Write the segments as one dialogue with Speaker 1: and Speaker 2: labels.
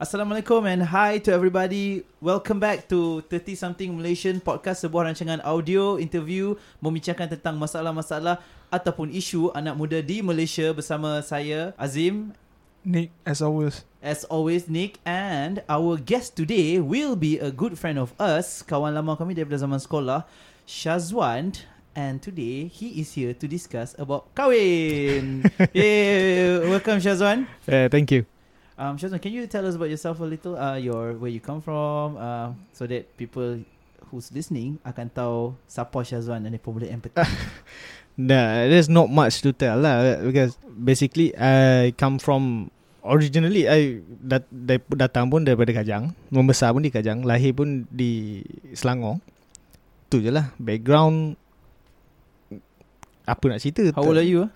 Speaker 1: Assalamualaikum and hi to everybody. Welcome back to 30 Something Malaysian podcast sebuah rancangan audio interview membincangkan tentang masalah-masalah ataupun isu anak muda di Malaysia bersama saya Azim
Speaker 2: Nick, as always.
Speaker 1: As always, Nick and our guest today will be a good friend of us, kawan lama kami daripada zaman sekolah, Shazwan. And today, he is here to discuss about kahwin. yeah, welcome Shazwan.
Speaker 2: Uh, thank you.
Speaker 1: Um, Shazwan, can you tell us about yourself a little? Uh, your where you come from, uh, so that people who's listening akan tahu siapa Shazwan dan dia pun boleh empathy.
Speaker 3: Nah, there's not much to tell lah because basically I come from originally I dat, dari- datang pun daripada Kajang, membesar pun di Kajang, lahir pun di Selangor. Tu je lah background apa nak cerita?
Speaker 1: How old are you?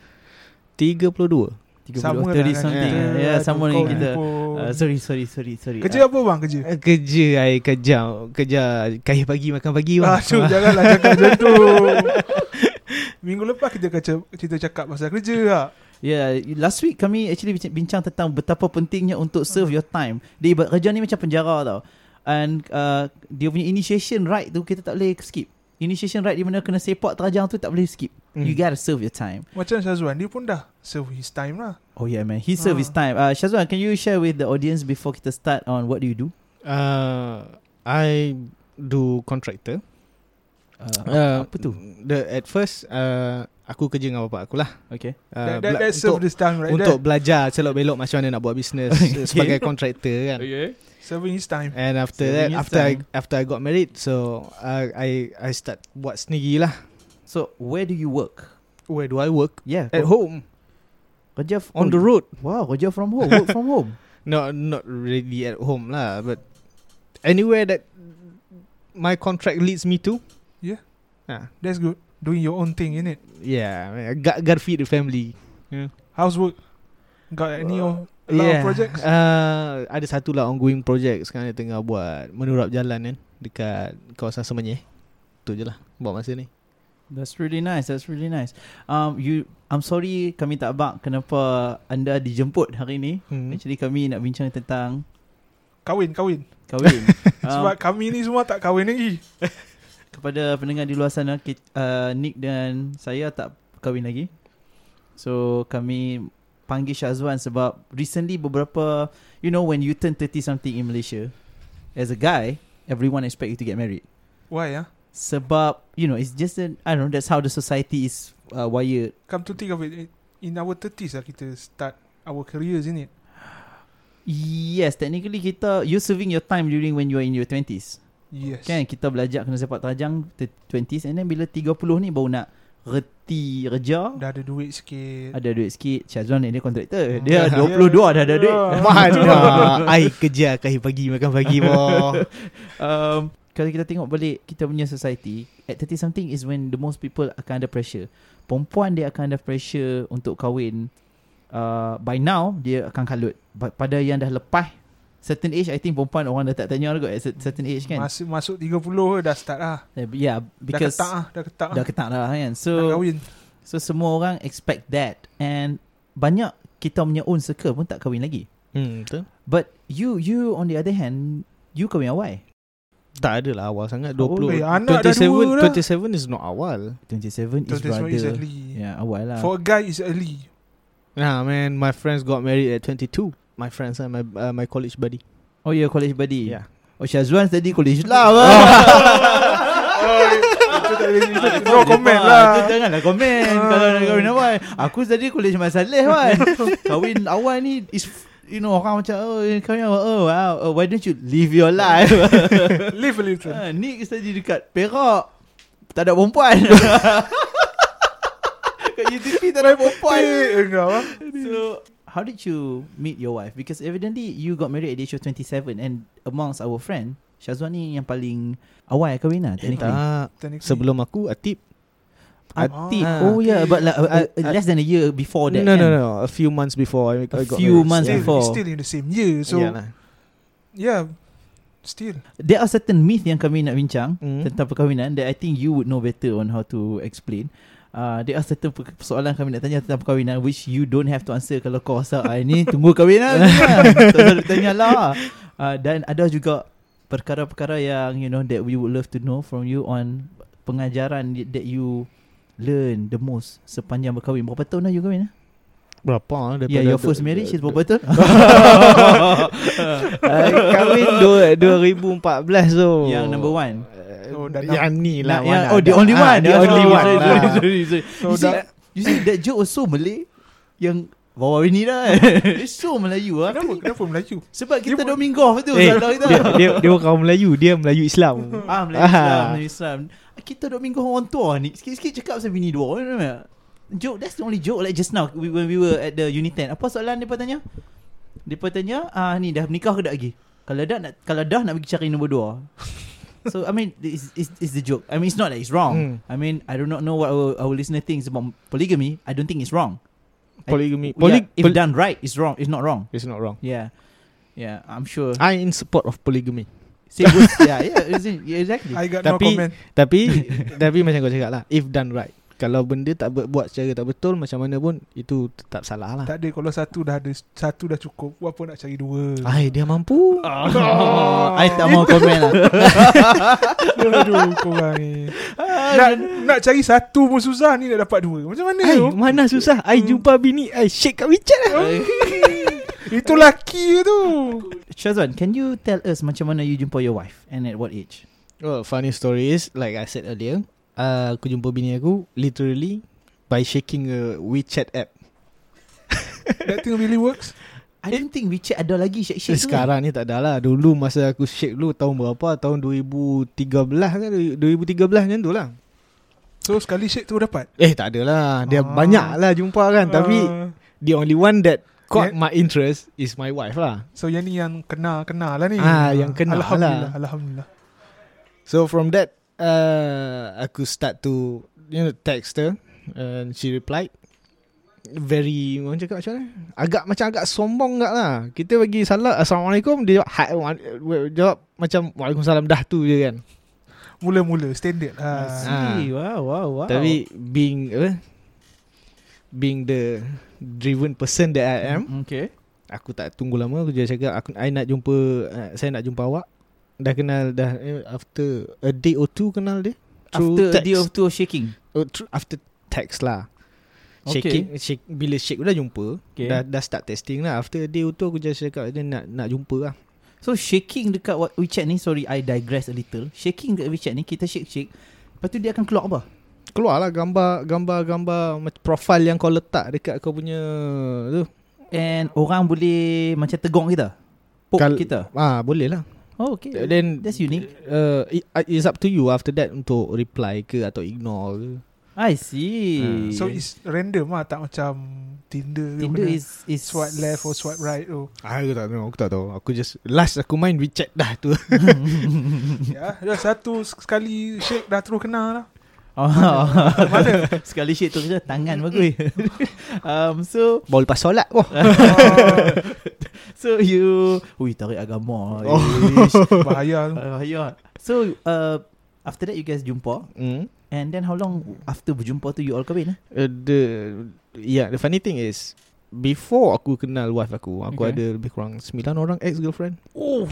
Speaker 3: 32.
Speaker 1: 30
Speaker 2: Sama
Speaker 1: 30
Speaker 2: lah dengan
Speaker 1: something.
Speaker 2: kita,
Speaker 1: Yeah, yeah
Speaker 2: tu
Speaker 1: Ya, sama dengan
Speaker 2: kau
Speaker 1: kita.
Speaker 2: ni pun.
Speaker 1: Uh, sorry, sorry, sorry, sorry. Uh,
Speaker 2: Kerja apa bang kerja?
Speaker 3: Eh, Kerja I kerja Kerja Kaya pagi makan pagi bang.
Speaker 2: Aduh, janganlah cakap macam tu. Minggu lepas kita kerja, kita cakap pasal kerja lah.
Speaker 1: Yeah, ya, last week kami actually bincang, bincang tentang betapa pentingnya untuk serve your time. Dia ibarat kerja ni macam penjara tau. And uh, dia punya initiation right tu kita tak boleh skip. Initiation right di mana kena sepak terajang tu tak boleh skip. Mm.
Speaker 3: Mm.
Speaker 1: You gotta serve your time.
Speaker 2: Macam Syazwan, dia pun dah serve his time lah.
Speaker 1: Oh yeah man, he serve
Speaker 2: Ah.
Speaker 1: his time. Uh, Shazwan, can you share with the audience before kita start on what do you do?
Speaker 3: Uh, I do contractor.
Speaker 1: Uh, apa tu?
Speaker 3: The, at first uh, aku kerja dengan bapak aku lah.
Speaker 1: Okay.
Speaker 3: Uh,
Speaker 2: That, that,
Speaker 3: bela-
Speaker 2: that serve
Speaker 3: untuk
Speaker 2: his time right
Speaker 3: untuk
Speaker 2: there.
Speaker 3: belajar selok belok macam mana nak buat bisnes
Speaker 1: Okay.
Speaker 3: sebagai contractor kan.
Speaker 2: Okay. Serving his time.
Speaker 3: And after
Speaker 1: Saving
Speaker 3: that,
Speaker 1: his
Speaker 3: after I,
Speaker 1: time.
Speaker 3: after I got married, so uh, I I start buat sendiri lah.
Speaker 1: So where do you work?
Speaker 3: Where do I work?
Speaker 1: Yeah.
Speaker 3: At
Speaker 2: Oh.
Speaker 3: home,
Speaker 1: Kerja f-
Speaker 3: on
Speaker 1: oh,
Speaker 3: the road.
Speaker 1: Wow, kerja from home, work from home.
Speaker 3: No, not really at home lah, but anywhere that my contract leads me to.
Speaker 2: Yeah.
Speaker 3: Ah,
Speaker 2: That's good. Doing your own thing, innit?
Speaker 3: yeah. I got got feed the family.
Speaker 2: How's work? Got any uh, lot of projects?
Speaker 3: Uh, ada satu lah ongoing project sekarang dia tengah buat menurap jalan kan dekat kawasan Semenyih. Tu je lah buat masa ni.
Speaker 1: That's really nice. That's really nice. Um, you, I'm sorry kami tak bak kenapa anda dijemput hari ni.
Speaker 3: Hmm.
Speaker 1: Actually kami nak bincang tentang
Speaker 2: Kahwin, kahwin.
Speaker 1: kahwin.
Speaker 2: Sebab
Speaker 1: um,
Speaker 2: kami ni semua tak kahwin lagi.
Speaker 1: kepada pendengar di luar sana, ki- uh, Nick dan saya tak kahwin lagi. So kami panggil Syazwan sebab recently beberapa, you know when you turn 30 something in Malaysia, as a guy, everyone expect you to get married.
Speaker 2: Why ah?
Speaker 1: Sebab, you know, it's just an, I don't know, that's how the society is uh, wired.
Speaker 2: Come to think of it, in our 30s lah kita start our careers, innit?
Speaker 1: Yes, technically kita you serving your time during when you are in your 20s.
Speaker 2: Yes.
Speaker 1: Kan kita belajar kena sepak terjang te- 20s and then bila 30 ni baru nak reti kerja,
Speaker 2: Dah ada duit sikit. Hmm.
Speaker 1: ada duit sikit. Syazwan ni dia kontraktor. Dia
Speaker 2: Yeah.
Speaker 1: 22 dah ada duit.
Speaker 2: Yeah.
Speaker 3: Mana I kerja kaki pagi makan pagi
Speaker 2: Ya.
Speaker 3: boh.
Speaker 1: Um kalau kita tengok balik kita punya society, at 30 something is when the most people akan ada pressure. Perempuan dia akan ada pressure untuk kahwin. Uh, by now dia akan kalut. Ba- Pada yang dah lepas certain age I think perempuan orang dah tak tanya lagi at cer- certain age kan.
Speaker 2: Masuk masuk 30 dah start lah.
Speaker 1: Eh, Yeah, because
Speaker 2: dah ketak ah, dah ketak
Speaker 1: dah
Speaker 2: ah.
Speaker 1: ketak dah kan.
Speaker 2: Nak
Speaker 1: So
Speaker 2: kahwin.
Speaker 1: so semua orang expect that and banyak kita punya own circle pun tak kahwin lagi.
Speaker 3: Hmm, betul.
Speaker 1: But you you on the other hand, you kahwin awal.
Speaker 3: Tak ada lah awal sangat
Speaker 1: Awal
Speaker 3: 20.
Speaker 2: eh, anak dah dua dah.
Speaker 3: 27 is not awal.
Speaker 1: 27 is
Speaker 2: 27
Speaker 1: brother.
Speaker 2: is early.
Speaker 1: Yeah, awal lah.
Speaker 2: For a guy is early.
Speaker 3: Nah, man, my friends got married at 22. My friends and my uh, my college buddy.
Speaker 1: oh yeah, college buddy.
Speaker 2: Ya.
Speaker 3: Yeah.
Speaker 1: Oh Syazwan tadi college lah. Oh.
Speaker 2: Itu tak boleh- itu No comment lah. Ah.
Speaker 1: Itu janganlah komen kalau nak kahwin awal. Aku tadi college Mas Saleh kan. kahwin awal ni is you know orang macam oh kahwin awal oh wow oh, why don't you live your life?
Speaker 2: Live a little.
Speaker 1: Ha, Nick tadi dekat Perak Tak ada perempuan Kat UTP tak ada perempuan
Speaker 2: Eh, engkau ah.
Speaker 1: So How did you meet your wife? Because evidently you got married at the age of 27 And amongst our friend Syazwan ni yang paling awal kahwin lah technically.
Speaker 3: Eh, Tak.
Speaker 2: Technically.
Speaker 3: Sebelum aku Atip.
Speaker 1: Atik.
Speaker 3: Ah.
Speaker 1: Oh yeah, but like, uh, uh,
Speaker 3: Ah,
Speaker 1: less than a year before that.
Speaker 3: no,
Speaker 1: kan?
Speaker 3: no, no. A few months before I,
Speaker 1: A
Speaker 3: I got
Speaker 1: few
Speaker 3: married.
Speaker 1: months
Speaker 2: Still,
Speaker 1: before.
Speaker 2: still in the same year. So, yeah.
Speaker 3: Yalah.
Speaker 2: still.
Speaker 1: There are certain myth yang kami nak bincang
Speaker 3: Mm.
Speaker 1: tentang perkahwinan that I think you would know better on how to explain. Uh, there are certain per- persoalan kami nak tanya tentang perkahwinan which you don't have to answer kalau kau asal ah, ini tunggu kahwinan kan. tak perlu tanya lah. Uh, dan ada juga perkara-perkara yang you know that we would love to know from you on pengajaran y- that you learn the most sepanjang berkahwin. Berapa tahun dah you kahwin? eh?
Speaker 3: Berapa ah, daripada
Speaker 1: Ya, yeah, your
Speaker 3: tu-
Speaker 1: first marriage is berapa Eh, tahun?
Speaker 3: Ah, Kahwin dua- 2014 tu
Speaker 1: yang number one.
Speaker 2: Oh,
Speaker 3: Oh,
Speaker 2: dah
Speaker 3: yang ni
Speaker 1: Nah,
Speaker 3: lah
Speaker 1: yang,
Speaker 3: mana
Speaker 1: oh, the
Speaker 3: ada.
Speaker 1: only
Speaker 3: Ah,
Speaker 1: one.
Speaker 3: The
Speaker 1: Ah,
Speaker 3: only
Speaker 1: sorry,
Speaker 3: one
Speaker 1: sorry,
Speaker 3: lah.
Speaker 1: sorry, sorry, sorry.
Speaker 2: So
Speaker 1: you, see,
Speaker 2: dah-
Speaker 1: you see, that joke was so Malay yang bawa ini lah. It's so Melayu lah.
Speaker 2: Kenapa? Kenapa Melayu?
Speaker 1: Sebab kita
Speaker 2: Dia-
Speaker 1: Domingo off tu.
Speaker 3: Eh,
Speaker 1: salah kita.
Speaker 3: dia, dia, dia orang Melayu Dia Melayu Islam
Speaker 1: Ah, Melayu Islam,
Speaker 3: Ah.
Speaker 1: Melayu Islam. Kita Domingo orang tua ah, ni. Sikit-sikit cakap pasal bini dua. you know tak? Joke, that's the only joke like just now we, when we were at the unit 10. Apa soalan dia tanya? Dia tanya, ah ni dah menikah ke tak lagi? Kalau dah nak kalau dah nak pergi cari nombor dua. So I mean it's, it's, it's the joke I mean it's not that it's
Speaker 3: Hmm.
Speaker 1: wrong I mean I do not know what our, our listener thinks about polygamy I don't think it's wrong
Speaker 3: Polygamy
Speaker 1: Poly-
Speaker 3: Poly,
Speaker 1: yeah, If
Speaker 3: poly-
Speaker 1: done right it's wrong It's not wrong
Speaker 3: It's not wrong
Speaker 1: Yeah Yeah I'm sure
Speaker 3: I in support of polygamy
Speaker 1: Same goes Yeah yeah, it's- yeah exactly
Speaker 2: I got no
Speaker 3: Tapi-
Speaker 2: comment.
Speaker 3: Tapi Tapi macam kau cakap lah If done right Kalau benda tak ber, buat secara tak betul Macam mana pun Itu tetap salah lah
Speaker 2: Tak ada kalau satu dah ada satu dah cukup. Buat apa nak cari dua?
Speaker 1: Ah,
Speaker 3: Ai dia mampu
Speaker 1: Oh, I tak mau komen lah
Speaker 2: Aduh, korang ni.
Speaker 3: Ah.
Speaker 2: Nak, nak cari satu pun susah ni nak dapat dua. Macam mana?
Speaker 3: Ai
Speaker 2: tu?
Speaker 3: mana susah Ai jumpa bini Ai shake kat WeChat lah
Speaker 2: Itu laki tu.
Speaker 1: Shazwan, can you tell us macam mana you jumpa your wife and at what age?
Speaker 3: Well, Oh, funny story is like I said earlier, uh, aku jumpa bini aku literally by shaking a WeChat app.
Speaker 2: That thing really works.
Speaker 1: I don't think WeChat ada lagi
Speaker 3: Shit
Speaker 1: shake-shake tu kan?
Speaker 3: Eh. Sekarang ni tak ada lah. Dulu masa aku shake dulu tahun berapa? Tahun 2013 kan? 2013 macam tu lah.
Speaker 2: So sekali shake tu dapat.
Speaker 3: Eh tak adalah.
Speaker 2: Ah.
Speaker 3: Dia banyak lah jumpa kan. Tapi
Speaker 2: Ah,
Speaker 3: the only one that caught
Speaker 2: Yeah.
Speaker 3: my interest is my wife lah.
Speaker 2: so yang ni yang kena kena lah ni.
Speaker 3: Ah, yang kena lah.
Speaker 2: Alhamdulillah, alhamdulillah.
Speaker 3: So from that, uh, aku start to you know text her and she replied very orang cakap macam mana? Agak macam agak sombong enggak lah. Kita bagi salam assalamualaikum dia jawab hi, wa- wa- jawab macam waalaikumsalam dah tu je kan.
Speaker 2: Mula-mula standard
Speaker 1: I
Speaker 2: lah.
Speaker 1: see. Wow, wow, wow.
Speaker 3: Ah. Tapi being apa? Being the driven person that I am,
Speaker 1: Mm, Okay.
Speaker 3: aku tak tunggu lama aku je cakap aku I nak jumpa uh, saya nak jumpa awak. Dah kenal dah eh, after a day or two kenal dia. Through
Speaker 1: After
Speaker 3: text.
Speaker 1: day of two of shaking.
Speaker 3: Oh, tr- after text lah.
Speaker 1: Okay.
Speaker 3: Shaking shake, Bila shake dah jumpa
Speaker 1: Okay.
Speaker 3: okay. dah, dah start testing lah After a day tu aku just cakap Dia nak, nak jumpa lah
Speaker 1: So shaking dekat wa- WeChat ni, sorry I digress a little. Shaking dekat WeChat ni, kita shake-shake. Lepas tu dia akan keluar apa?
Speaker 3: Keluar lah gambar Gambar-gambar mac- Profile yang kau letak Dekat kau punya Tu
Speaker 1: And orang boleh macam tegong kita. Poke
Speaker 3: Kal-
Speaker 1: kita.
Speaker 3: Ah Boleh lah
Speaker 1: Oh, okay.
Speaker 3: Then
Speaker 1: That's unique.
Speaker 3: uh, it, It's up to you After that Untuk reply ke Atau ignore ke
Speaker 1: I see.
Speaker 2: Ah. So it's random lah Tak macam Tinder ke
Speaker 1: Tinder
Speaker 2: benda.
Speaker 1: is, is
Speaker 2: Swipe left or swipe right oh. tu
Speaker 3: Ah, Aku tak tahu Aku tak tahu Aku just Last aku main WeChat dah tu
Speaker 2: Ya dah Satu sekali Shake dah terus kena lah
Speaker 1: Oh, mana? Sekali shit tu je tangan bagus. um, so
Speaker 3: Baru lepas solat oh.
Speaker 2: Ah.
Speaker 1: so you ui tarik agama.
Speaker 3: Oh.
Speaker 1: Ish.
Speaker 2: Bahaya tu
Speaker 1: Bahaya. So uh, after that you guys jumpa
Speaker 3: mm.
Speaker 1: and then how long after berjumpa tu you all kahwin eh?
Speaker 3: Uh, the yeah the funny thing is before aku kenal wife aku aku
Speaker 1: Okay.
Speaker 3: ada lebih kurang 9 orang ex girlfriend
Speaker 1: Oh.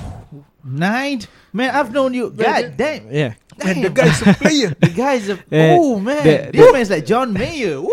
Speaker 1: Nine. Man, I've known you. God damn.
Speaker 3: yeah
Speaker 2: And the
Speaker 1: damn.
Speaker 2: guy is a player
Speaker 1: The guys are,
Speaker 3: Eh,
Speaker 1: oh man,
Speaker 3: the-
Speaker 1: this man's like John Mayer. Woo.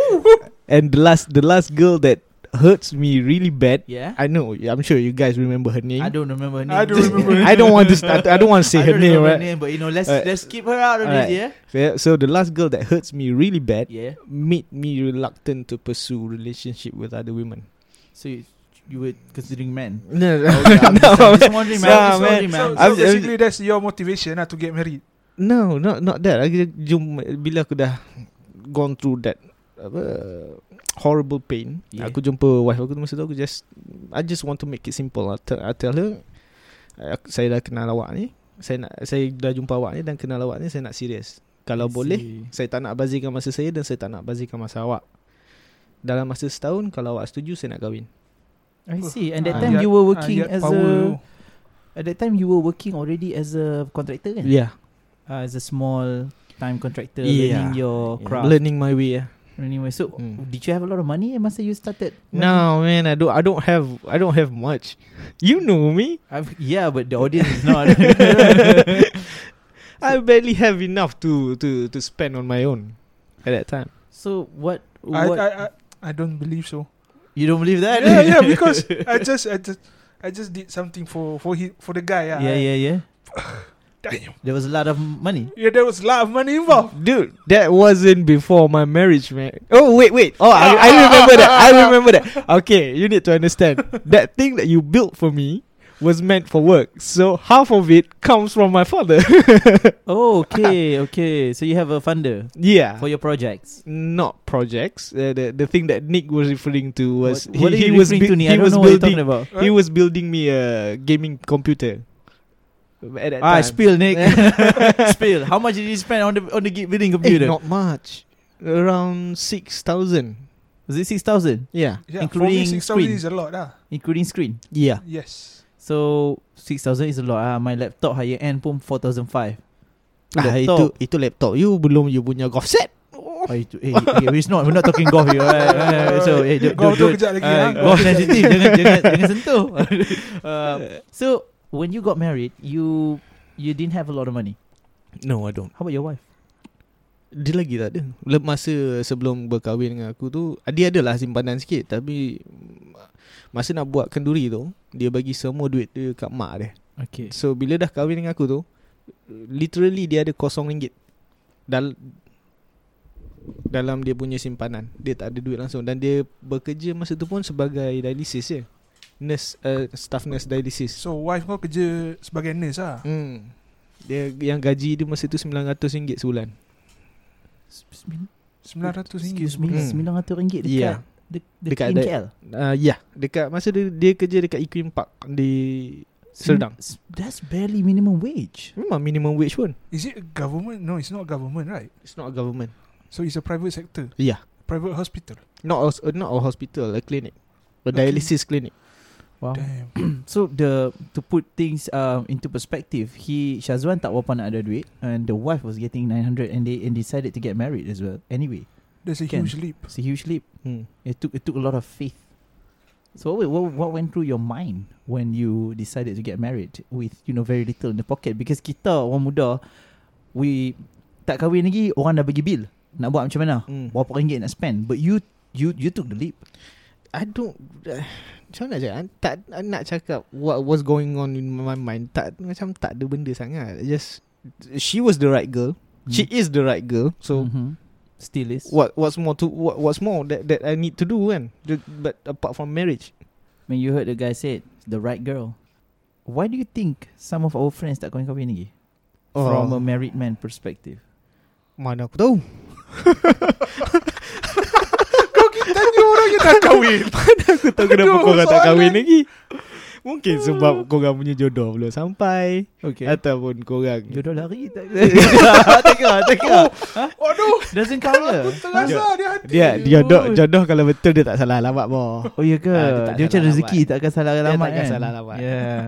Speaker 3: and the last the last girl that hurts me really bad
Speaker 1: Yeah.
Speaker 3: I know I'm sure you guys remember her name
Speaker 1: I don't remember her name.
Speaker 2: I don't remember her
Speaker 3: I don't want to st- I don't want to say
Speaker 1: I
Speaker 3: her
Speaker 1: don't
Speaker 3: name
Speaker 1: remember her
Speaker 3: right
Speaker 1: name, but you know, let's
Speaker 3: Alright.
Speaker 1: let's keep her out of
Speaker 3: Alright.
Speaker 1: this, yeah.
Speaker 3: yeah, so the last girl that hurts me really bad
Speaker 1: Yeah.
Speaker 3: made me reluctant to pursue relationship with other women
Speaker 1: So you, you were considering men?
Speaker 3: no,
Speaker 1: Oh, yeah, I'm just- I'm just wondering, man.
Speaker 3: Nah,
Speaker 1: I'm
Speaker 3: man.
Speaker 1: sorry, man.
Speaker 2: So,
Speaker 1: I'm
Speaker 2: so
Speaker 3: I'm-
Speaker 2: basically that's your motivation lah To get married
Speaker 3: No, not not that. Aku jum bila aku dah gone through that apa horrible pain.
Speaker 1: Yeah.
Speaker 3: Yeah. Aku jumpa wife aku tu masa tu aku just I just want to make it simple. I tell, I tell her aku, saya dah kenal awak ni. Saya nak saya dah jumpa awak ni dan kenal awak ni saya nak serius. Kalau
Speaker 1: I
Speaker 3: boleh
Speaker 1: see.
Speaker 3: saya tak nak bazirkan masa saya dan saya tak nak bazirkan masa awak. Dalam masa setahun kalau awak setuju saya nak kahwin.
Speaker 1: I see. And that
Speaker 2: Ah,
Speaker 1: time
Speaker 2: ayat-
Speaker 1: you were working
Speaker 2: ayat
Speaker 1: as
Speaker 2: power
Speaker 1: a at that time you were working already as a contractor kan?
Speaker 3: Yeah.
Speaker 1: Uh, as a small time contractor
Speaker 3: Yeah. Oh,
Speaker 1: learning your craft.
Speaker 3: Learning my way. Yeah.
Speaker 1: Anyway, so
Speaker 3: Hmm.
Speaker 1: did you have a lot of money eh, masa you started?
Speaker 3: No man, I don't. I don't have. I don't have much. You know me.
Speaker 1: i yeah, but the audience is not.
Speaker 3: I barely have enough to to to spend on my own at that time.
Speaker 1: so what?
Speaker 2: I,
Speaker 1: What?
Speaker 2: I, I, I don't believe so.
Speaker 1: you don't believe that?
Speaker 2: yeah, yeah, because I just, I just, I just did something for for he, for the guy. Yeah,
Speaker 1: yeah, yeah, yeah.
Speaker 2: Damn.
Speaker 1: There was a lot of money.
Speaker 2: Yeah, there was a lot of money involved.
Speaker 3: Dude, that wasn't before my marriage, man. Oh wait, wait. Oh, I, I remember that. I remember that. Okay, you need to understand that thing that you built for me was meant for work. So half of it comes from my father.
Speaker 1: Oh, okay, okay. So you have a funder
Speaker 3: yeah.
Speaker 1: for your projects.
Speaker 3: not projects. Uh, the the thing that Nick was referring to was
Speaker 1: what, what are
Speaker 3: he,
Speaker 1: you
Speaker 3: he was
Speaker 1: referring to? Ni?
Speaker 3: bui-
Speaker 1: I
Speaker 3: he
Speaker 1: don't
Speaker 3: was
Speaker 1: know what you're talking
Speaker 3: building
Speaker 1: about.
Speaker 3: he was building me a gaming computer. At that
Speaker 1: Ah,
Speaker 3: time.
Speaker 1: spill, Nick. spill. How much did you spend on the on the ge- building
Speaker 3: Eh,
Speaker 1: computer?
Speaker 3: not much. Around six thousand.
Speaker 1: Was it six thousand,
Speaker 3: Yeah.
Speaker 2: Yeah,
Speaker 1: Including
Speaker 2: for me, six
Speaker 1: screen.
Speaker 2: thousand is a lot. Ah,
Speaker 1: including screen?
Speaker 3: Yeah.
Speaker 2: yes.
Speaker 1: So six thousand is a lot. Ah, my laptop higher end pun four thousand five.
Speaker 3: Ah, itu
Speaker 1: Laptop.
Speaker 3: itu laptop you belum you punya golf set.
Speaker 1: Oh, itu, eh, okay, it's not, we're not talking golf here. Right? Uh, so, eh, don't,
Speaker 2: Golf
Speaker 1: don't, don't,
Speaker 2: tu kejap lagi,
Speaker 1: ah,
Speaker 2: ah.
Speaker 1: golf sensitive, jangan, jangan, jangan sentuh. uh, so, when you got married, you you didn't have a lot of money.
Speaker 3: No, I don't.
Speaker 1: How about your wife?
Speaker 3: Dia lagi tak ada. Le- Masa sebelum berkahwin dengan aku tu, dia adalah simpanan sikit tapi mm, masa nak buat kenduri tu, dia bagi semua duit dia kat mak dia.
Speaker 1: Okay.
Speaker 3: So bila dah kahwin dengan aku tu Literally dia ada kosong ringgit Dal Dalam dia punya simpanan Dia tak ada duit langsung Dan dia bekerja masa tu pun sebagai dialysis je Nurse uh, Staff nurse dialysis
Speaker 2: So wife kau kerja sebagai nurse ah.
Speaker 3: hmm. Dia yang gaji dia masa tu RM900 sebulan
Speaker 2: Sembilan ratus
Speaker 1: Excuse me,
Speaker 3: Hmm.
Speaker 1: sembilan ratus ringgit dekat,
Speaker 3: Yeah.
Speaker 1: de,
Speaker 3: Dekat
Speaker 1: dekat,
Speaker 3: ada-
Speaker 1: KL.
Speaker 3: uh, Ya yeah. Dekat masa dia, dia kerja dekat Equine Park Di Serdang
Speaker 1: S- That's barely minimum wage.
Speaker 3: Hmm. Memang minimum wage pun
Speaker 2: Is it a government? No, it's not government, right?
Speaker 3: It's not a government
Speaker 2: So it's a private sector,
Speaker 3: Yeah
Speaker 2: private hospital.
Speaker 3: Not a, not a hospital A clinic A
Speaker 2: Okay.
Speaker 3: dialysis clinic
Speaker 1: Wow.
Speaker 2: Damn.
Speaker 1: So the to put things um, into perspective, he Shazwan tak berapa nak ada duit, and the wife was getting 900 and they and decided to get married as well. Anyway,
Speaker 2: There's a
Speaker 1: Can.
Speaker 2: huge leap.
Speaker 1: it's a huge leap.
Speaker 3: hmm.
Speaker 1: It took it took a lot of faith. So what, what what went through your mind when you decided to get married with you know very little in the pocket? Because kita orang muda, we tak kahwin lagi orang dah bagi bil nak buat macam mana?
Speaker 3: Hmm.
Speaker 1: Berapa ringgit nak spend? But you you you took the leap.
Speaker 3: I don't uh, Macam mana nak cakap I tak, I nak cakap What was going on in my mind tak Macam tak ada benda sangat I Just She was the right girl hmm. She is the right girl So hmm.
Speaker 1: Mhm. still is.
Speaker 3: What what's more to what, What's more that that I need to do kan The- But apart from marriage
Speaker 1: When you heard the guy said the right girl, why do you think some of our friends tak kahwin-kahwin lagi?
Speaker 3: Oh.
Speaker 2: Oh.
Speaker 1: From a married man perspective.
Speaker 3: um, Mana aku tahu
Speaker 2: Tanya orang yang tak kahwin.
Speaker 3: Aku tahu kenapa
Speaker 2: Aduh,
Speaker 3: korang tak
Speaker 2: soalan.
Speaker 3: kahwin lagi Mungkin sebab korang punya jodoh belum sampai
Speaker 1: Okay.
Speaker 3: Ataupun korang
Speaker 1: Jodoh lari tak Teka, teka. Oh,
Speaker 2: Aduh,
Speaker 1: Doesn't cover.
Speaker 2: terasa dia hati.
Speaker 3: Dia dia jodoh, jodoh kalau betul dia tak salah lawak boh
Speaker 1: Oh ya ke?
Speaker 3: Ah, dia tak
Speaker 1: dia macam
Speaker 3: salah
Speaker 1: rezeki
Speaker 3: alamat.
Speaker 1: tak akan salah alamat
Speaker 3: takkan
Speaker 1: kan? Ya.
Speaker 3: salah alamat.
Speaker 1: Yeah.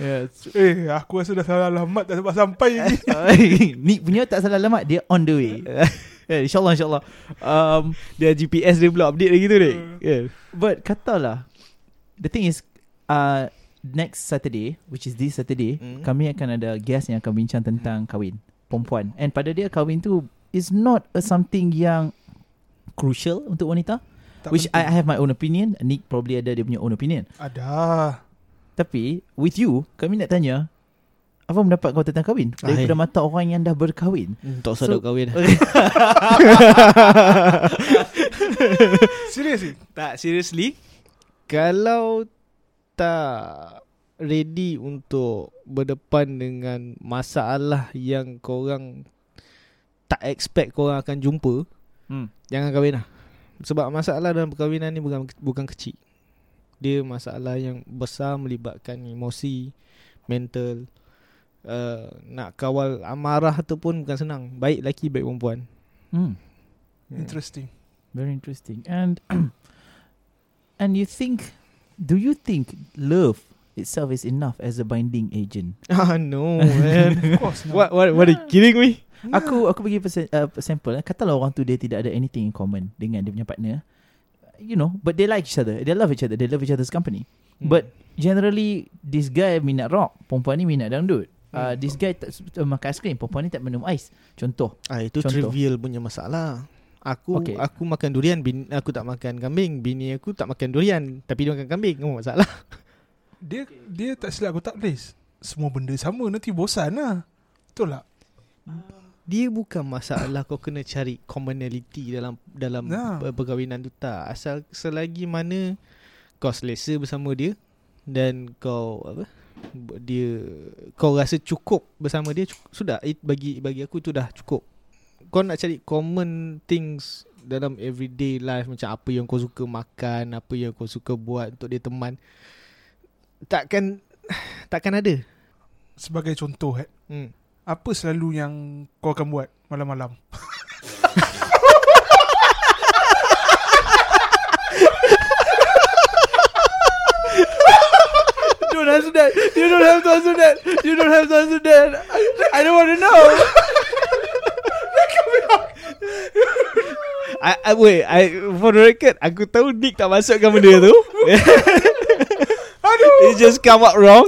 Speaker 1: yeah.
Speaker 2: Eh, aku rasa dah salah alamat tak sempat sampai lagi.
Speaker 1: Eh, Nick punya tak salah alamat Dia on the way yeah, InsyaAllah insyaAllah um,
Speaker 3: Dia GPS dia belum update lagi tu Kan? dek.
Speaker 2: Hmm.
Speaker 3: Yeah.
Speaker 1: But katalah The thing is uh, Next Saturday Which is this Saturday
Speaker 3: Hmm.
Speaker 1: Kami akan ada guest Yang akan bincang tentang kahwin Perempuan And pada dia kahwin tu Is not a something yang Crucial untuk wanita
Speaker 2: Tak
Speaker 1: Which I, I
Speaker 2: penting.
Speaker 1: have my own opinion Nick probably ada dia punya own opinion
Speaker 2: ada.
Speaker 1: Tapi With you Kami nak tanya Apa pendapat kau tentang kahwin Daripada
Speaker 3: Ai.
Speaker 1: mata orang yang dah berkahwin
Speaker 3: Hmm, Tak
Speaker 1: usah duk
Speaker 3: kahwin
Speaker 2: Serius ni?
Speaker 3: Tak seriously Kalau tak ready untuk berdepan dengan masalah yang korang tak expect korang akan jumpa
Speaker 1: Hmm.
Speaker 3: Jangan kahwin lah Sebab masalah dalam perkahwinan ni bukan, bukan kecil Dia masalah yang besar melibatkan emosi Mental uh, Nak kawal amarah tu pun bukan senang Baik lelaki baik perempuan
Speaker 1: hmm.
Speaker 2: Interesting.
Speaker 1: Very interesting. And and you think do you think love itself is enough as a binding agent?
Speaker 3: Ah no man
Speaker 2: Of course. lah.
Speaker 3: What what what are you kidding me?
Speaker 1: Aku aku bagi persen, uh, sample eh. Katalah orang tu dia tidak ada anything in common dengan dia punya partner. You know, but they like each other. They love each other. They love each other's company. Hmm. But generally this guy minat rock, perempuan ni minat dangdut. Uh, this guy tak, uh, makan aiskrim, perempuan ni tak minum ais. Contoh.
Speaker 3: Ah itu
Speaker 1: Contoh.
Speaker 3: Contoh. trivial punya masalah. Aku
Speaker 1: Okey.
Speaker 3: okay. aku makan durian, bin, aku tak makan kambing. Bini aku tak makan durian, tapi dia makan kambing. Apa masalah?
Speaker 2: Dia dia tak silap aku tak please. Semua benda sama nanti bosan lah. Betul tak?
Speaker 3: Dia bukan masalah kau kena cari commonality dalam dalam
Speaker 2: Nah.
Speaker 3: nah. perkahwinan tu tak. Asal selagi mana kau selesa bersama dia dan kau apa? dia kau rasa cukup bersama dia cukup, sudah it, bagi bagi aku tu dah cukup. Kau nak cari common things dalam everyday life macam apa yang kau suka makan, apa yang kau suka buat untuk dia teman. Takkan takkan ada.
Speaker 2: Sebagai contoh eh.
Speaker 3: Hmm.
Speaker 2: Apa selalu yang kau akan buat malam-malam?
Speaker 1: You don't answer that. You don't have to answer that. You don't have to answer that. I don't want to know.
Speaker 3: I, I, wait, I, for the record, aku tahu Nick tak masukkan benda tu.
Speaker 2: Aduh,
Speaker 3: It just come out wrong.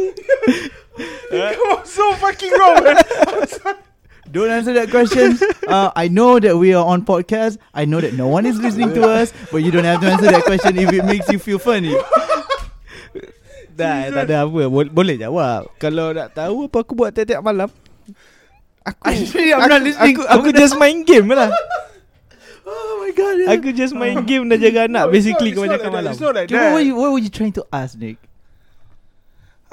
Speaker 2: you are so fucking wrong. eh. man.
Speaker 1: Don't answer that question. Uh, I know that we are on podcast. I know that no one is listening to us, but you don't have to answer that question if it makes you feel funny.
Speaker 3: Dah, tak ada apa. Bo- boleh jawab. Kalau nak tahu apa aku buat tiap-tiap malam, aku,
Speaker 1: Actually, I'm
Speaker 3: aku,
Speaker 1: not listening.
Speaker 3: Aku, aku just main game lah.
Speaker 1: Oh my god. yeah.
Speaker 3: Aku just main game dan jaga
Speaker 2: No,
Speaker 3: anak
Speaker 2: it's
Speaker 3: basically
Speaker 2: not- it's not like that.
Speaker 3: kebanyakan malam.
Speaker 2: It's not like
Speaker 1: Okay, what, were
Speaker 2: that.
Speaker 1: you, what were you trying to ask, Nick?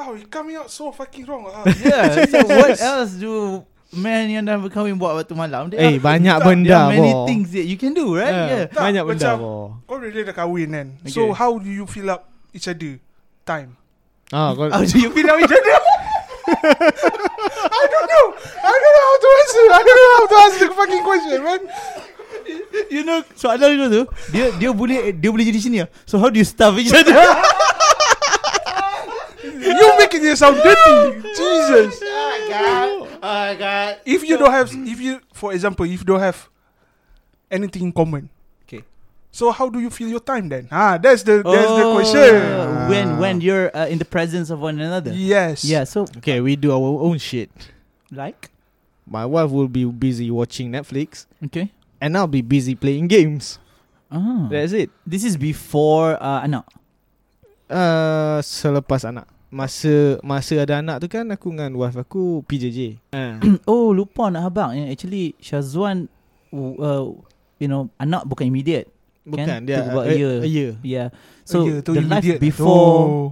Speaker 2: Oh, you coming out so fucking wrong. Ah.
Speaker 1: Yeah. so what else do man yang dah berkahwin buat waktu malam? There are-
Speaker 3: Eh, banyak
Speaker 1: there
Speaker 3: benda
Speaker 1: are many
Speaker 3: boh.
Speaker 1: things that you can do, right?
Speaker 3: Ah,
Speaker 1: oh. Yeah.
Speaker 2: Tak,
Speaker 3: Banyak benda
Speaker 2: macam-
Speaker 3: boh.
Speaker 2: Kau really dah kahwin kan?
Speaker 1: Okay.
Speaker 2: So how do you fill up each other time?
Speaker 3: Ah, kau,
Speaker 1: How do you feel now?
Speaker 2: I don't know how to answer. I don't know how to answer the fucking question, man.
Speaker 1: You know soalan you tu dia dia boleh dia boleh jadi sini. So how do you stuff each other?
Speaker 2: You making it sound dirty. Jesus. If you don't have, if you, for example, if you don't have anything in common.
Speaker 1: Okay.
Speaker 2: So how do you fill your time then? Ah, that's the that's the
Speaker 1: Oh,
Speaker 2: question.
Speaker 1: When when you're uh, in the presence of one another.
Speaker 2: Yes.
Speaker 1: Yeah, so
Speaker 3: okay, we do our own shit.
Speaker 1: like
Speaker 3: My wife will be busy watching Netflix
Speaker 1: okay.
Speaker 3: and I'll be busy playing games.
Speaker 1: Oh.
Speaker 3: That's it.
Speaker 1: This is before uh anak.
Speaker 3: Uh, selepas anak Masa masa ada anak tu kan Aku dengan wife aku PJJ uh.
Speaker 1: oh, lupa nak abang. Yeah, actually Shazwan uh, you know, anak bukan immediate.
Speaker 3: Bukan
Speaker 1: Kan?
Speaker 3: dia
Speaker 1: Took about a
Speaker 3: eh,
Speaker 1: year.
Speaker 3: a year.
Speaker 1: Yeah.
Speaker 2: So
Speaker 1: So
Speaker 2: a year Oh, ya, tu
Speaker 1: the life
Speaker 2: immediate Oh.
Speaker 1: before
Speaker 2: tu.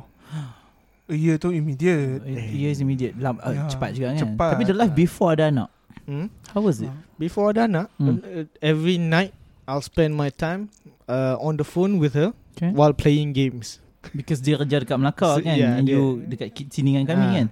Speaker 2: A year tu immediate.
Speaker 1: a year is immediate. Lam, uh,
Speaker 2: Yeah,
Speaker 1: cepat juga kan.
Speaker 2: Ya, cepat.
Speaker 1: Tapi the life before ada anak.
Speaker 3: Hmm?
Speaker 1: How was it?
Speaker 3: Before ada anak
Speaker 1: Hmm.
Speaker 3: uh, Every night I'll spend my time uh, On the phone with her
Speaker 1: Okay.
Speaker 3: While playing games
Speaker 1: Because dia kerja dekat Melaka
Speaker 3: So,
Speaker 1: kan yeah,
Speaker 3: yeah,
Speaker 1: And
Speaker 3: dia-
Speaker 1: you dekat ki- sini dengan kami
Speaker 3: Ah.
Speaker 1: kan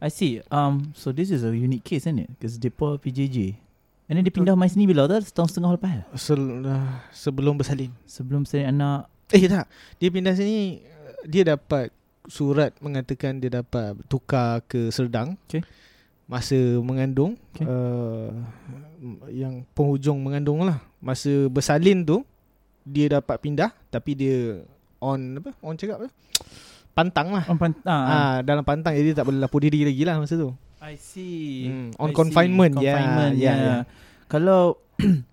Speaker 1: I see um, So this is a unique case isn't it Because mereka PJJ And then dia pindah mai sini bila tau Setahun setengah lepas eh?
Speaker 3: Sel- uh, Sebelum bersalin
Speaker 1: Sebelum saya anak
Speaker 3: Eh tak Dia pindah sini uh, Dia dapat Surat mengatakan Dia dapat Tukar ke Serdang
Speaker 1: Okay.
Speaker 3: Masa mengandung
Speaker 1: Okay.
Speaker 3: okay. uh, Yang penghujung mengandung lah Masa bersalin tu Dia dapat pindah Tapi dia On apa On cakap apa Pantang lah
Speaker 1: oh, pan- ah, ah.
Speaker 3: Ah, dalam pantang jadi tak boleh lapor diri lagi lah masa tu.
Speaker 1: I see
Speaker 3: Hmm,
Speaker 1: I
Speaker 3: on
Speaker 1: see.
Speaker 3: confinement, ya, yeah,
Speaker 1: Confinement ya.
Speaker 3: yeah, yeah.
Speaker 1: Kalau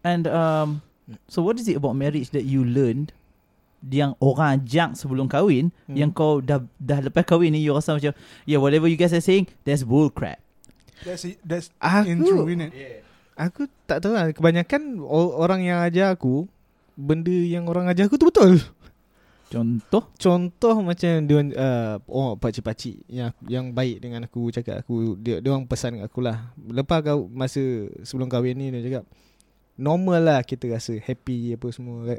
Speaker 1: And um, So what is it about marriage That you learned Yang orang ajak sebelum kahwin
Speaker 3: Hmm.
Speaker 1: Yang kau dah dah lepas kahwin ni You rasa macam Yeah whatever you guys are saying That's bull crap
Speaker 2: That's it. That's in true,
Speaker 3: Aku
Speaker 2: isn't it?
Speaker 3: aku tak tahu lah kebanyakan o- orang yang ajar aku benda yang orang ajar aku tu betul.
Speaker 1: Contoh
Speaker 3: Contoh macam dia uh, oh pakcik-pakcik yang yang baik dengan aku cakap aku dia dia orang pesan kat aku lah. Lepas kau masa sebelum kahwin ni dia cakap normal lah kita rasa happy apa semua.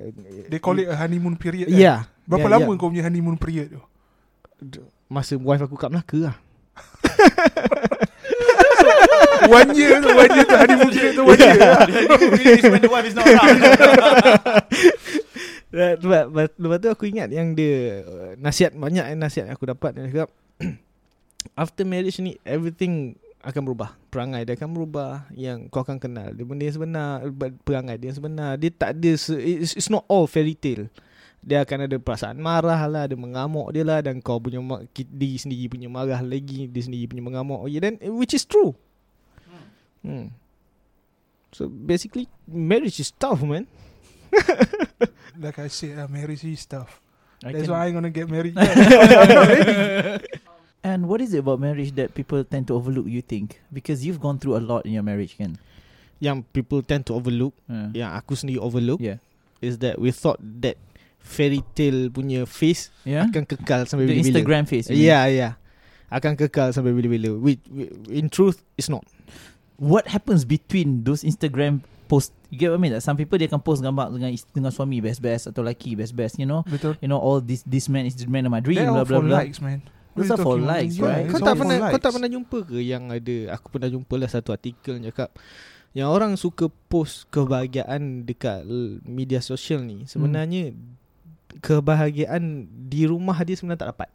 Speaker 2: They call it a honeymoon period.
Speaker 3: Ya. Yeah.
Speaker 2: Kan? Berapa
Speaker 3: yeah,
Speaker 2: lama
Speaker 3: yeah.
Speaker 2: kau punya honeymoon period tu?
Speaker 3: Masa wife aku kat Melaka lah.
Speaker 2: one year tu, one year tu honeymoon period tu one year.
Speaker 1: when the wife is not around
Speaker 3: Lepas, lepas, lepas- lepas tu aku ingat yang dia uh, nasihat banyak eh, nasihat yang aku dapat dia cakap after marriage ni everything akan berubah perangai dia akan berubah yang kau akan kenal dia benda yang sebenar ber- perangai dia yang sebenar dia tak ada se- it's, it's not all fairy tale dia akan ada perasaan marah lah Dia mengamuk dia lah Dan kau punya ma- ki- Diri sendiri punya marah lagi Dia sendiri punya mengamuk okay, then, Which is true hmm. So basically Marriage is tough man
Speaker 2: Like I said, uh, marriage is stuff.
Speaker 1: I
Speaker 2: That's
Speaker 1: can-
Speaker 2: why I'm gonna get married.
Speaker 1: And what is it about marriage that people tend to overlook? You think because you've gone through a lot in your marriage, kan?
Speaker 3: Yang people tend to overlook
Speaker 1: Uh.
Speaker 3: Yang aku sendiri overlook
Speaker 1: Yeah.
Speaker 3: Is that we thought that Fairy tale punya face
Speaker 1: Yeah.
Speaker 3: Akan kekal sampai
Speaker 1: The
Speaker 3: bila-bila
Speaker 1: Instagram face. you mean?
Speaker 3: Ya yeah, ya yeah. Akan kekal sampai bila-bila we, we, In truth It's not
Speaker 1: What happens between those Instagram post? You get what I mean? Like some people dia akan post gambar dengan is- dengan suami best best atau laki best best. You know,
Speaker 2: Betul.
Speaker 1: you know all this this man is the man of my dream.
Speaker 2: uh, They're
Speaker 1: Blah blah
Speaker 2: all for
Speaker 1: blah.
Speaker 2: likes, man.
Speaker 1: Those are
Speaker 2: What you
Speaker 1: for
Speaker 2: talking about?
Speaker 1: likes,
Speaker 2: Yeah,
Speaker 1: right?
Speaker 2: it's
Speaker 3: Kau
Speaker 2: all
Speaker 3: tak
Speaker 2: for
Speaker 3: pernah kau
Speaker 2: likes.
Speaker 3: tak pernah jumpa ke yang ada aku pernah jumpa lah satu artikel yang cakap yang orang suka post kebahagiaan dekat l- media sosial ni sebenarnya hmm. kebahagiaan di rumah dia sebenarnya tak dapat.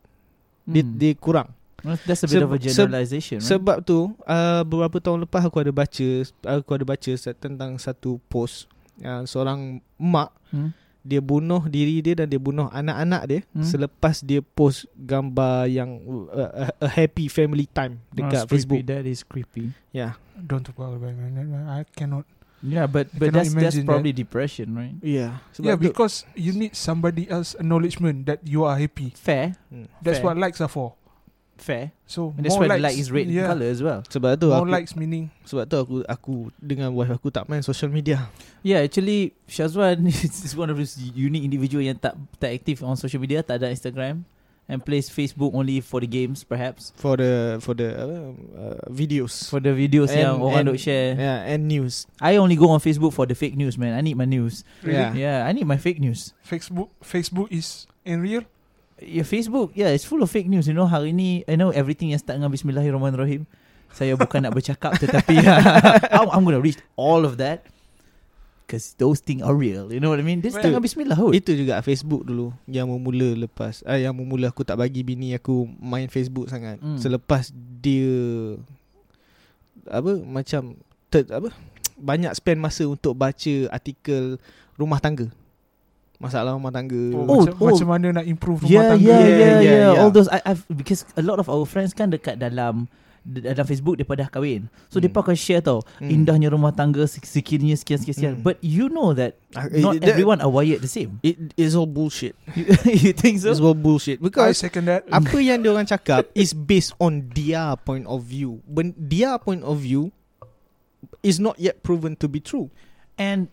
Speaker 3: Hmm. Dia
Speaker 1: Hmm.
Speaker 3: dia kurang.
Speaker 1: That's- That's a bit
Speaker 3: Seb-
Speaker 1: of a
Speaker 3: seb-
Speaker 1: generalization. right?
Speaker 3: Sebab tu uh, beberapa tahun lepas aku ada baca aku ada baca se- tentang satu post uh, seorang mak
Speaker 1: Hmm.
Speaker 3: dia bunuh diri dia dan dia bunuh anak-anak dia
Speaker 1: Hmm.
Speaker 3: hmm. selepas dia post gambar yang uh, a- a happy family time dekat
Speaker 1: That's Ah,
Speaker 3: Facebook. Ya.
Speaker 1: Creepy. That is creepy.
Speaker 3: Yeah.
Speaker 2: Don't talk about it, man. I cannot.
Speaker 1: Yeah, but
Speaker 2: I
Speaker 1: but
Speaker 2: cannot
Speaker 1: that's that's
Speaker 2: imagine that.
Speaker 1: probably depression, right?
Speaker 3: Yeah. Sebab
Speaker 2: Yeah,
Speaker 3: tu,
Speaker 2: because you need somebody else acknowledgement that you are happy.
Speaker 1: Fair,
Speaker 3: hmm.
Speaker 2: That's
Speaker 1: Fair.
Speaker 2: what likes are for.
Speaker 1: fair.
Speaker 2: So
Speaker 1: And that's
Speaker 2: more
Speaker 1: why
Speaker 2: likes,
Speaker 1: the light is red in
Speaker 2: yeah,
Speaker 1: color as well.
Speaker 3: sebab tu
Speaker 2: More
Speaker 3: aku like.
Speaker 2: likes meaning
Speaker 3: sebab tu aku aku dengan wife aku tak main social media.
Speaker 1: Yeah, actually Shazwan is is one of those unique individual yang tak tak aktif on social media, tak ada Instagram and plays Facebook only for the games perhaps.
Speaker 3: For the for the uh, uh, videos.
Speaker 1: For the videos
Speaker 3: And-
Speaker 1: yang orang
Speaker 3: and-
Speaker 1: duk share.
Speaker 3: yeah, and news.
Speaker 1: I only go on Facebook for the fake news, man. I need my news.
Speaker 2: Really?
Speaker 3: Yeah.
Speaker 1: Yeah, I need my fake news.
Speaker 2: Facebook Facebook is in real.
Speaker 1: Yeah, Facebook, yeah, it's full of fake news. You know, hari ni, I know everything yang start dengan Bismillahirrahmanirrahim. Saya bukan nak bercakap tetapi I'm, I'm gonna reach all of that. Because those things are real. You know what I mean? This start dengan Bismillah. kot.
Speaker 3: Itu juga Facebook dulu yang memula lepas ah yang memula aku tak bagi bini aku main Facebook sangat.
Speaker 1: Hmm.
Speaker 3: Mm. Selepas dia apa macam ter, apa banyak spend masa untuk baca artikel rumah tangga. Masalah rumah tangga.
Speaker 1: Oh,
Speaker 2: macam,
Speaker 1: oh.
Speaker 2: macam mana nak improve rumah
Speaker 1: yeah,
Speaker 2: tangga?
Speaker 1: Yeah, yeah,
Speaker 3: Yeah,
Speaker 1: yeah, yeah,
Speaker 3: yeah, yeah.
Speaker 1: All those I, I've because a lot of our friends kan dekat dalam d- dalam Facebook depa dah kahwin. So
Speaker 3: Hmm.
Speaker 1: depa akan share tau
Speaker 3: Hmm.
Speaker 1: indahnya rumah tangga sek- sekiranya sekian sekian sekian.
Speaker 3: Hmm.
Speaker 1: But you know that
Speaker 3: Ah, eh,
Speaker 1: not
Speaker 3: that-
Speaker 1: everyone are wired the same.
Speaker 3: It is all bullshit.
Speaker 1: You, you think
Speaker 3: It's
Speaker 1: so?
Speaker 3: all bullshit
Speaker 2: I
Speaker 3: because
Speaker 2: second that.
Speaker 3: apa yang dia orang cakap is based on their point of view. When their point of view is not yet proven to be true.
Speaker 1: And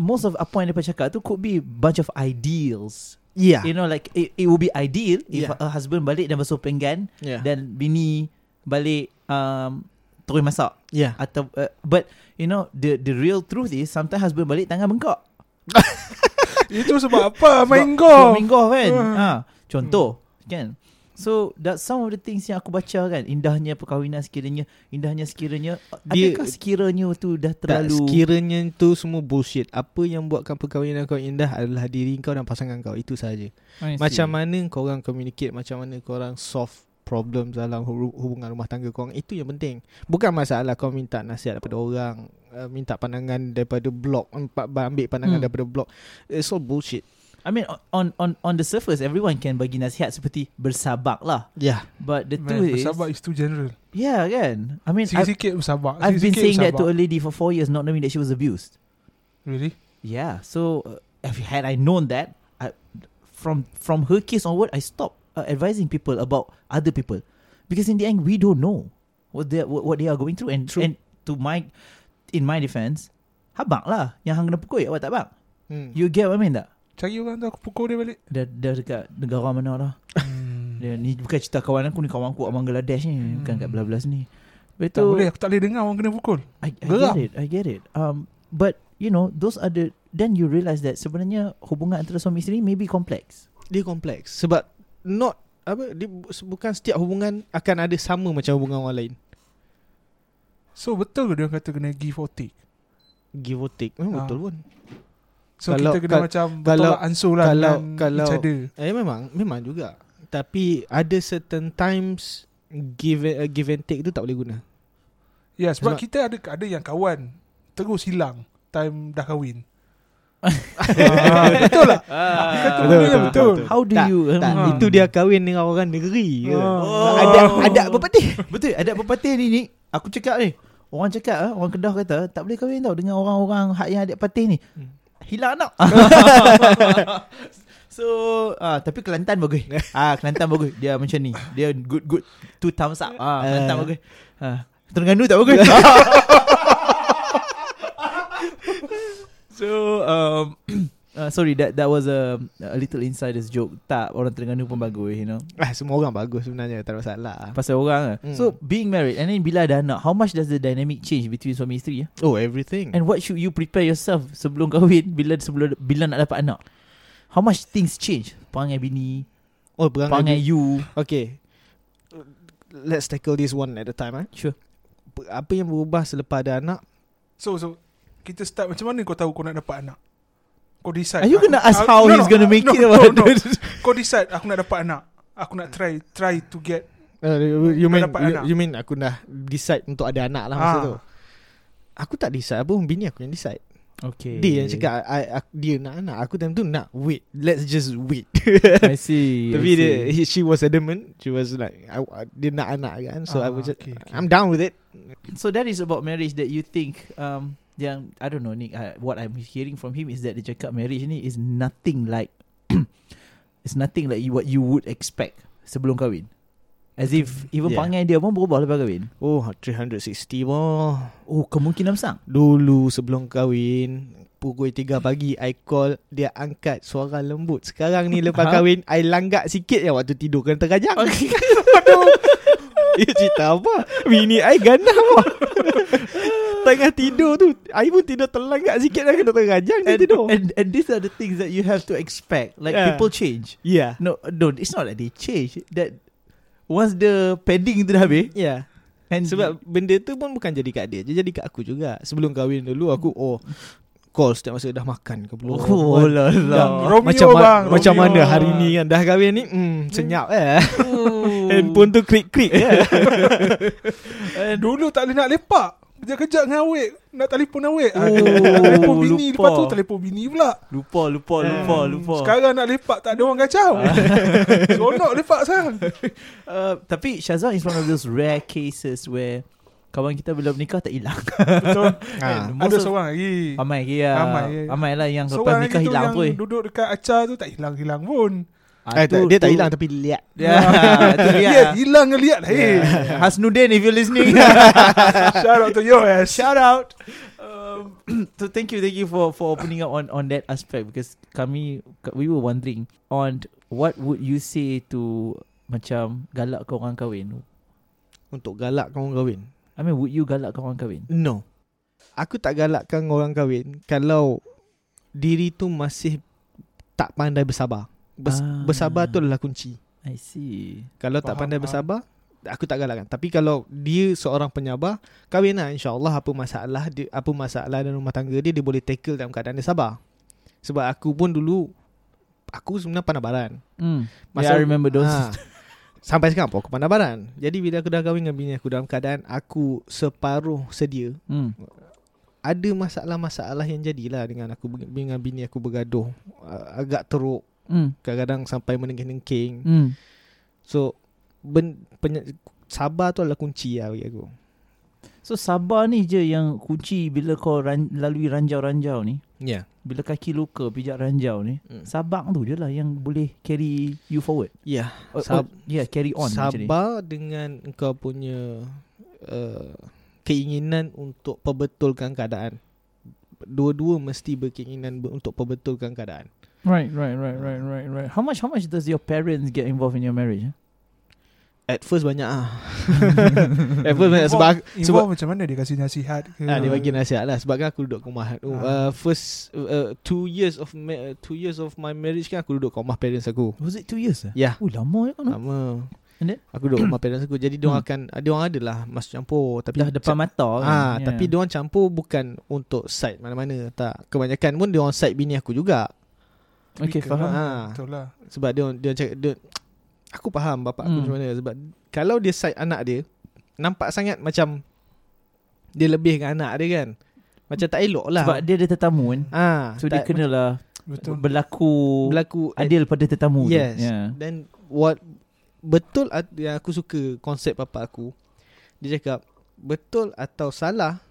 Speaker 1: most of apa yang depa cakap tu could be bunch of ideals.
Speaker 3: Yeah.
Speaker 1: You know like it, it would be ideal if
Speaker 3: Ah. Yeah. Ah.
Speaker 1: a husband balik dan basuh pinggan
Speaker 3: yeah.
Speaker 1: dan bini balik um, terus masak
Speaker 3: yeah.
Speaker 1: atau uh, but you know the the real truth is sometimes husband balik tangan bengkak.
Speaker 2: Itu sebab apa?
Speaker 1: Sebab
Speaker 2: Main
Speaker 3: Oh.
Speaker 2: golf.
Speaker 1: Main golf kan
Speaker 2: Ah.
Speaker 1: ha, Contoh
Speaker 3: Hmm.
Speaker 1: Kan So that's some of the things yang aku baca kan Indahnya perkahwinan sekiranya Indahnya sekiranya
Speaker 3: Dia-
Speaker 1: Adakah sekiranya tu dah
Speaker 3: Terlalu. Tak,
Speaker 1: terlalu
Speaker 3: sekiranya tu semua bullshit. Apa yang buatkan perkahwinan kau indah adalah diri kau dan pasangan kau. Itu saja. Macam mana kau orang communicate, macam mana kau orang solve problem dalam huru- hubungan rumah tangga kau orang. Itu yang penting. Bukan masalah kau minta nasihat daripada orang, uh, minta pandangan daripada blog, um, pa- ambil
Speaker 1: Hmm.
Speaker 3: pandangan hmm. daripada blog. It's all bullshit.
Speaker 1: I mean on on on the surface everyone can bagi nasihat seperti bersabar lah
Speaker 3: Yeah.
Speaker 1: but the
Speaker 2: Man,
Speaker 1: truth is
Speaker 2: bersabar is too general.
Speaker 1: yeah kan I mean I've,
Speaker 2: Sikit-sikit bersabar.
Speaker 1: I've been
Speaker 2: Sikit-sikit
Speaker 1: saying that to a
Speaker 2: bersabar.
Speaker 1: lady for four years not knowing that she was abused
Speaker 2: Really?
Speaker 1: Yeah. So uh, if had I known that, I, from from her case onward, I stopped uh, advising people about other people because in the end we don't know what they what, what they are going through. And
Speaker 3: True.
Speaker 1: and to my in my defense, habang lah yang hang kena pukul awak tak bang.
Speaker 3: Hmm.
Speaker 1: You get what I mean tak?
Speaker 2: Cari orang tu aku pukul dia balik.
Speaker 1: Dah, dah dekat negara mana lah
Speaker 2: Hmm.
Speaker 1: dia, Ni bukan cerita kawan aku ni Kawan aku kat Bangladesh ni Bukan kat belah-belah sini Lepas
Speaker 2: tak
Speaker 1: tu
Speaker 2: boleh, aku tak boleh dengar orang kena pukul.
Speaker 1: I, I
Speaker 2: Geram.
Speaker 1: get it, I get it. Um, but you know, those are the then you realise that sebenarnya hubungan antara suami isteri may be complex.
Speaker 3: Dia kompleks. Sebab not apa dia bu- bukan setiap hubungan akan ada sama macam hubungan orang lain.
Speaker 2: So betul ke dia orang kata kena give or take?
Speaker 3: Give or take. Memang
Speaker 2: Ah.
Speaker 3: betul pun.
Speaker 2: So
Speaker 3: Kalau-
Speaker 2: kita kena
Speaker 3: kal-
Speaker 2: macam
Speaker 3: kalau-
Speaker 2: bertolak ansur lah
Speaker 3: kalau-
Speaker 2: dengan
Speaker 3: kalau-
Speaker 2: each other.
Speaker 3: Eh memang memang juga. eh, Tapi ada certain times give uh, give and take tu tak boleh guna.
Speaker 2: Ya sebab,
Speaker 3: Sebab-
Speaker 2: kita ada ada yang kawan terus hilang time dah kahwin.
Speaker 3: Ah,
Speaker 2: betul lah.
Speaker 1: Ah,
Speaker 2: Betul, betul, betul, betul.
Speaker 1: How do
Speaker 3: Tak,
Speaker 1: you
Speaker 3: Tak,
Speaker 1: Hmm.
Speaker 3: itu dia kahwin dengan orang negeri ke.
Speaker 2: Ah.
Speaker 3: Ada ada apa peti?
Speaker 1: Oh. Betul ada pepatah ni ni Aku cakap ni Orang cakap ah, Orang Kedah kata Tak boleh kahwin tau Dengan orang-orang Hak yang adik patih ni
Speaker 2: Hmm.
Speaker 1: Hilang anak So ah, Tapi Kelantan bagus ah, Kelantan bagus Dia macam ni Dia good good Two thumbs up ah, Kelantan
Speaker 3: Eh.
Speaker 1: bagus ah, Terengganu tak bagus So um, uh, Sorry that that was a, a little insider's joke Tak orang Terengganu pun bagus You know
Speaker 3: Ah, semua orang bagus sebenarnya, tak ada masalah.
Speaker 1: Pasal orang lah
Speaker 3: Hmm.
Speaker 1: So being married And then bila ada anak How much does the dynamic change Between suami isteri ya?
Speaker 3: Oh, everything.
Speaker 1: And what should you prepare yourself Sebelum kahwin Bila sebelum bila nak dapat anak How much things change Perangai bini
Speaker 3: Oh, perangai
Speaker 1: Perangai you
Speaker 3: Okay Let's tackle this one at a time eh.
Speaker 1: Sure
Speaker 3: P- Apa yang berubah selepas ada anak
Speaker 2: So so kita start macam mana kau tahu kau nak dapat anak? Kau decide.
Speaker 1: Are you gonna ask how
Speaker 2: ah,
Speaker 1: he's gonna make
Speaker 2: no,
Speaker 1: it
Speaker 2: No,
Speaker 1: about
Speaker 2: no.
Speaker 1: that?
Speaker 2: Kau decide aku nak dapat anak. Aku nak try try to get.
Speaker 3: uh,
Speaker 2: Kau
Speaker 3: You mean
Speaker 2: dapat
Speaker 3: you,
Speaker 2: anak.
Speaker 3: you mean aku dah Decide untuk ada anak lah masa
Speaker 2: Ah.
Speaker 3: tu Aku tak decide pun Bini aku yang decide
Speaker 1: Okay
Speaker 3: Dia yang cakap I, aku, Dia nak anak Aku time tu nak wait Let's just wait
Speaker 1: I see
Speaker 3: Tapi
Speaker 1: I see.
Speaker 3: dia, he, she was adamant She was like I, Dia nak anak kan So
Speaker 2: Ah,
Speaker 3: I was just
Speaker 2: okay, okay.
Speaker 3: I'm down with it
Speaker 1: So that is about marriage That you think um, Yang I don't know Nick uh, What I'm hearing from him Is that dia cakap marriage ni Is nothing like It's nothing like you, What you would expect Sebelum kahwin As if Even
Speaker 3: Yeah.
Speaker 1: perangai dia pun Berubah lepas kahwin
Speaker 3: Oh 360 boh
Speaker 1: Oh kemungkinan besar
Speaker 3: Dulu sebelum kahwin Pukul 3 pagi I call Dia angkat suara lembut Sekarang ni lepas
Speaker 1: Ha?
Speaker 3: kahwin I langgak sikit yang waktu tidur Kena terkajang Eh cerita apa Bini I ganam lah Tengah tidur tu I pun tidur terlanggak sikit Dah kena terkajang Dia
Speaker 1: and,
Speaker 3: tidur
Speaker 1: and, and these are the things That you have to expect Like
Speaker 3: Yeah.
Speaker 1: people change
Speaker 3: Yeah
Speaker 1: No no It's not that they change That Once the padding tu dah habis
Speaker 3: Yeah
Speaker 1: Ya. and
Speaker 3: Sebab benda tu pun bukan jadi kat dia je Jadi kat aku juga Sebelum kahwin dulu aku Oh Call setiap masa dah makan ke belum
Speaker 1: Oh, oh la la
Speaker 2: Yang Romeo
Speaker 3: macam ma-
Speaker 2: bang,
Speaker 3: macam
Speaker 2: Romeo.
Speaker 3: mana hari ni kan dah kahwin ni hmm senyap eh
Speaker 1: Oh.
Speaker 3: handphone tu klik klik eh
Speaker 2: Dulu tak boleh nak lepak. Kejap-kejap dengan awek Nak telefon awek Ah,
Speaker 1: Oh,
Speaker 2: Telefon bini
Speaker 1: lupa.
Speaker 2: Lepas tu telefon bini pula
Speaker 1: Lupa lupa lupa
Speaker 2: Hmm,
Speaker 1: lupa
Speaker 2: Sekarang nak lepak Tak ada orang kacau Seronok lepak sekarang
Speaker 1: Uh, tapi Syazwan is one of those rare cases where kawan kita belum nikah tak hilang. Kan?
Speaker 2: Betul
Speaker 3: ha.
Speaker 1: Most
Speaker 2: Ah, Ada
Speaker 1: of-
Speaker 2: seorang lagi
Speaker 1: Amai ke ya.
Speaker 2: Amai,
Speaker 1: Amai,
Speaker 2: ya.
Speaker 1: amai lah yang lepas
Speaker 2: Seorang lagi
Speaker 1: nikah
Speaker 2: tu
Speaker 1: hilang
Speaker 2: yang
Speaker 1: apa. eh?
Speaker 2: duduk dekat acar tu Tak hilang-hilang pun
Speaker 1: Ah,
Speaker 3: eh, tak,
Speaker 1: tu-
Speaker 3: dia tak
Speaker 1: tu-
Speaker 3: hilang tapi liat
Speaker 1: Ya, tu dia.
Speaker 2: Lihat hilang ngeliat Hey
Speaker 1: Yeah. Hasnudin if you're listening.
Speaker 2: Shout out to you Ash
Speaker 1: Shout out. Um, so thank you, thank you for for opening up on on that aspect because kami we were wondering on what would you say to macam galak kau orang kahwin.
Speaker 3: untuk galak kau orang kahwin
Speaker 1: I mean would you galak kau orang kahwin?
Speaker 3: no aku tak galakkan orang kahwin kalau diri tu masih tak pandai bersabar Bes-
Speaker 1: Ah.
Speaker 3: bersabar tu adalah kunci
Speaker 1: I see.
Speaker 3: kalau tak
Speaker 2: Faham,
Speaker 3: pandai
Speaker 2: faham.
Speaker 3: bersabar aku tak galakkan tapi kalau dia seorang penyabar kahwin lah insyaallah apa masalah dia, apa masalah dalam rumah tangga dia dia boleh tackle dalam keadaan dia sabar sebab aku pun dulu aku sebenarnya pandai baran
Speaker 1: Mm. Yeah, I remember those.
Speaker 2: Ah.
Speaker 3: Ha. Sampai sekarang pun aku pandai baran Jadi bila aku dah kahwin dengan bini aku Dalam keadaan aku separuh sedia
Speaker 1: Mm.
Speaker 3: Ada masalah-masalah yang jadilah Dengan aku dengan bini aku bergaduh uh, Agak teruk
Speaker 1: Mm.
Speaker 3: Kadang-kadang sampai menengking-nengking
Speaker 1: Mm.
Speaker 3: So ben, peny- Sabar tu adalah kunci lah bagi aku
Speaker 1: So sabar ni je yang kunci bila kau ran, lalui ranjau-ranjau ni.
Speaker 3: Ya yeah.
Speaker 1: Bila kaki luka pijak ranjau ni.
Speaker 3: Mm.
Speaker 1: Sabar tu je lah yang boleh carry you forward.
Speaker 3: Ya
Speaker 1: Or,
Speaker 3: Sab-
Speaker 1: or, yeah, carry on actually.
Speaker 3: Sabar dengan kau punya uh, Keinginan untuk perbetulkan keadaan Dua-dua mesti berkeinginan ber- untuk perbetulkan keadaan
Speaker 1: Right, right, right, right, right, right. How much, how much does your parents get involved in your marriage? eh?
Speaker 3: At first banyak ah. At first banyak sebab aku,
Speaker 2: Involve
Speaker 3: sebab
Speaker 2: macam mana dia kasi nasihat ke
Speaker 3: ah, dia bagi nasihat lah sebab kan aku duduk kat rumah. Oh,
Speaker 2: Ah.
Speaker 3: uh, first uh, two years of ma- uh, two years of my marriage kan aku duduk kat rumah parents aku.
Speaker 1: Was it two years? Eh?
Speaker 3: Ya.
Speaker 1: Oh, lama ya kan?
Speaker 3: Lama.
Speaker 1: And then?
Speaker 3: Aku duduk kat rumah parents aku. Jadi dia orang
Speaker 1: Hmm.
Speaker 3: akan dia orang adalah masuk campur tapi
Speaker 1: Dah depan mata kan?
Speaker 3: Ah, yeah. tapi dia orang campur bukan untuk side mana-mana tak. Kebanyakan pun dia orang side bini aku juga.
Speaker 1: Okay,
Speaker 2: Trigger
Speaker 1: faham.
Speaker 2: lah.
Speaker 3: Ah.
Speaker 2: Betul lah
Speaker 3: Sebab dia dia cakap dia aku faham bapak aku
Speaker 1: Hmm.
Speaker 3: macam mana sebab kalau dia side anak dia nampak sangat macam Dia lebih dengan anak dia kan Macam tak elok lah
Speaker 1: Sebab dia ada tetamu kan
Speaker 3: ah,
Speaker 1: So dia
Speaker 3: tak-
Speaker 1: kenalah
Speaker 2: Betul.
Speaker 1: Berlaku
Speaker 3: Berlaku
Speaker 1: Adil pada tetamu tu.
Speaker 3: Yes.
Speaker 1: yeah.
Speaker 3: Then what betul at- yang aku suka konsep papa aku. Dia cakap betul atau salah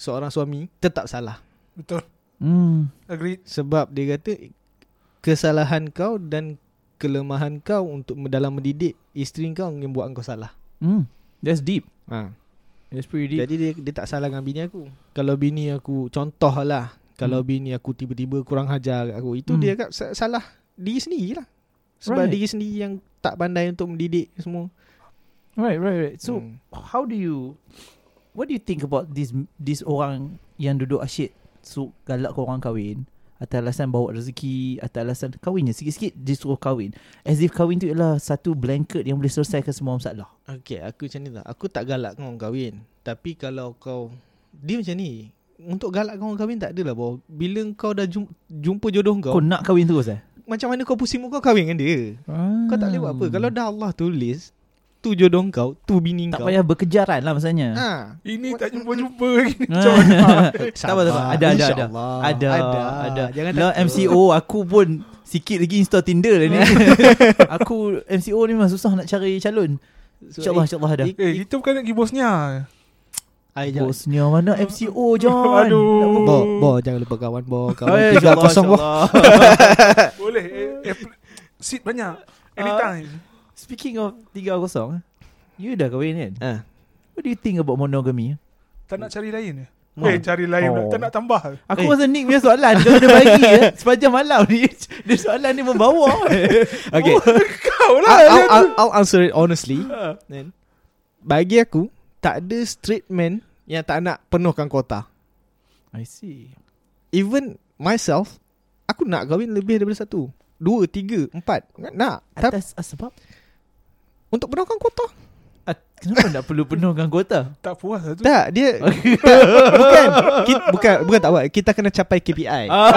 Speaker 3: seorang suami tetap salah.
Speaker 2: Betul.
Speaker 1: hmm.
Speaker 2: Agreed.
Speaker 3: Sebab dia kata kesalahan kau dan kelemahan kau untuk dalam mendidik isteri kau yang buat kau salah.
Speaker 1: Hmm. That's deep
Speaker 3: Ha.
Speaker 1: That's pretty deep
Speaker 3: Jadi dia, dia tak salah dengan bini aku. Kalau bini aku contoh lah kalau bini aku tiba-tiba kurang hajar kat aku itu
Speaker 1: Hmm.
Speaker 3: dia kat salah diri sendiri lah. Sebab
Speaker 1: Right.
Speaker 3: diri sendiri yang tak pandai untuk mendidik semua.
Speaker 1: Right right right So
Speaker 3: Hmm.
Speaker 1: how do you what do you think about this this orang yang duduk asyik so galak orang kahwin atas alasan bawa rezeki atas alasan kahwin je sikit-sikit dia suruh kahwin as if kahwin tu ialah satu blanket yang boleh selesaikan semua masalah
Speaker 3: Okay aku macam ni lah Aku tak galak kau orang kahwin Tapi kalau kau Dia macam ni Untuk galak kau orang kahwin tak adalah bahawa Bila kau dah jum- jumpa jodoh
Speaker 1: kau
Speaker 3: kau, kau
Speaker 1: nak kahwin terus eh
Speaker 3: Macam mana kau pusing kau kahwin dengan dia Kau tak boleh buat
Speaker 1: Hmm.
Speaker 3: apa Kalau dah Allah tulis Tu jodoh kau Tu bini
Speaker 1: tak
Speaker 3: kau
Speaker 1: payah berkejaran lah maksudnya
Speaker 3: ha.
Speaker 2: Ini
Speaker 3: What-
Speaker 2: tak jumpa-jumpa lagi
Speaker 1: Ah.
Speaker 2: ni. Macam mana?
Speaker 1: Tak apa, tak apa. Ada, ada, ada.
Speaker 3: InsyaAllah.
Speaker 1: Ada, ada, ada.
Speaker 3: Jangan
Speaker 1: Lah
Speaker 3: takut.
Speaker 1: MCO aku pun sikit lagi install Tinder lah ni. aku MCO ni memang susah nak cari calon.
Speaker 3: So,
Speaker 1: InsyaAllah, insyaAllah ada.
Speaker 3: ik-
Speaker 2: Eh, kita bukan nak pergi Bosnia.
Speaker 3: Ay, jangan.
Speaker 1: Bosnya mana MCO John.
Speaker 2: Aduh.
Speaker 3: Bo, bo, jangan lupa kawan bo Kawan
Speaker 1: Eh,
Speaker 3: tiga
Speaker 1: insyaAllah,
Speaker 3: kosong bo
Speaker 1: insyaAllah.
Speaker 2: Boleh. Eh, eh, pl- seat banyak. Anytime.
Speaker 1: Speaking of 3-0 You dah kahwin kan
Speaker 3: Ah.
Speaker 1: What do you think about monogamy eh?
Speaker 2: tak nak cari lain.
Speaker 3: Hmm.
Speaker 1: Mau.
Speaker 2: Eh, cari lain. pula.
Speaker 1: Oh.
Speaker 2: Tak nak tambah.
Speaker 1: Aku
Speaker 3: Eh.
Speaker 1: rasa Nick punya soalan Dia dia bagi ya, Sepanjang malam ni Dia soalan dia membawa eh.
Speaker 3: Okay
Speaker 2: Kau lah.
Speaker 3: I'll,
Speaker 2: yang
Speaker 3: I'll, I'll, I'll answer it honestly
Speaker 2: Ha.
Speaker 3: Then, Bagi aku Tak ada straight man Yang tak nak penuhkan kuota
Speaker 1: I see
Speaker 3: Even myself Aku nak kahwin lebih daripada satu Dua, tiga, empat Nak- Nak Tapi
Speaker 1: Atas ah, sebab
Speaker 3: untuk penuhkan kuota
Speaker 1: ah, Kenapa nak perlu penuhkan kuota
Speaker 2: Tak puas lah tu.
Speaker 3: Tak dia kita- Bukan kita, Bukan bukan tak buat Kita kena capai KPI
Speaker 2: Ah.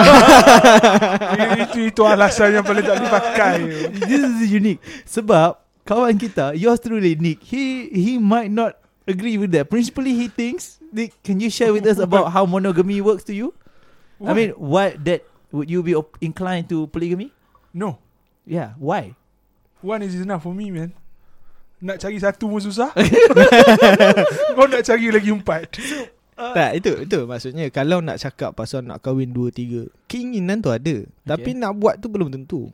Speaker 2: Eh, itu, itu alasan yang paling tak dipakai.
Speaker 1: This is unique Sebab Kawan kita Yours truly Nick He he might not agree with that Principally he thinks Nick can you share with us About how monogamy works to you I mean what that Would you be op- inclined to polygamy
Speaker 2: no.
Speaker 1: Yeah why
Speaker 2: One is enough for me, man. Nak cari satu pun susah. Kau nak cari lagi empat.
Speaker 3: Tak itu itu maksudnya Kalau nak cakap pasal nak kahwin dua, tiga Keinginan tu ada Tapi nak buat tu belum tentu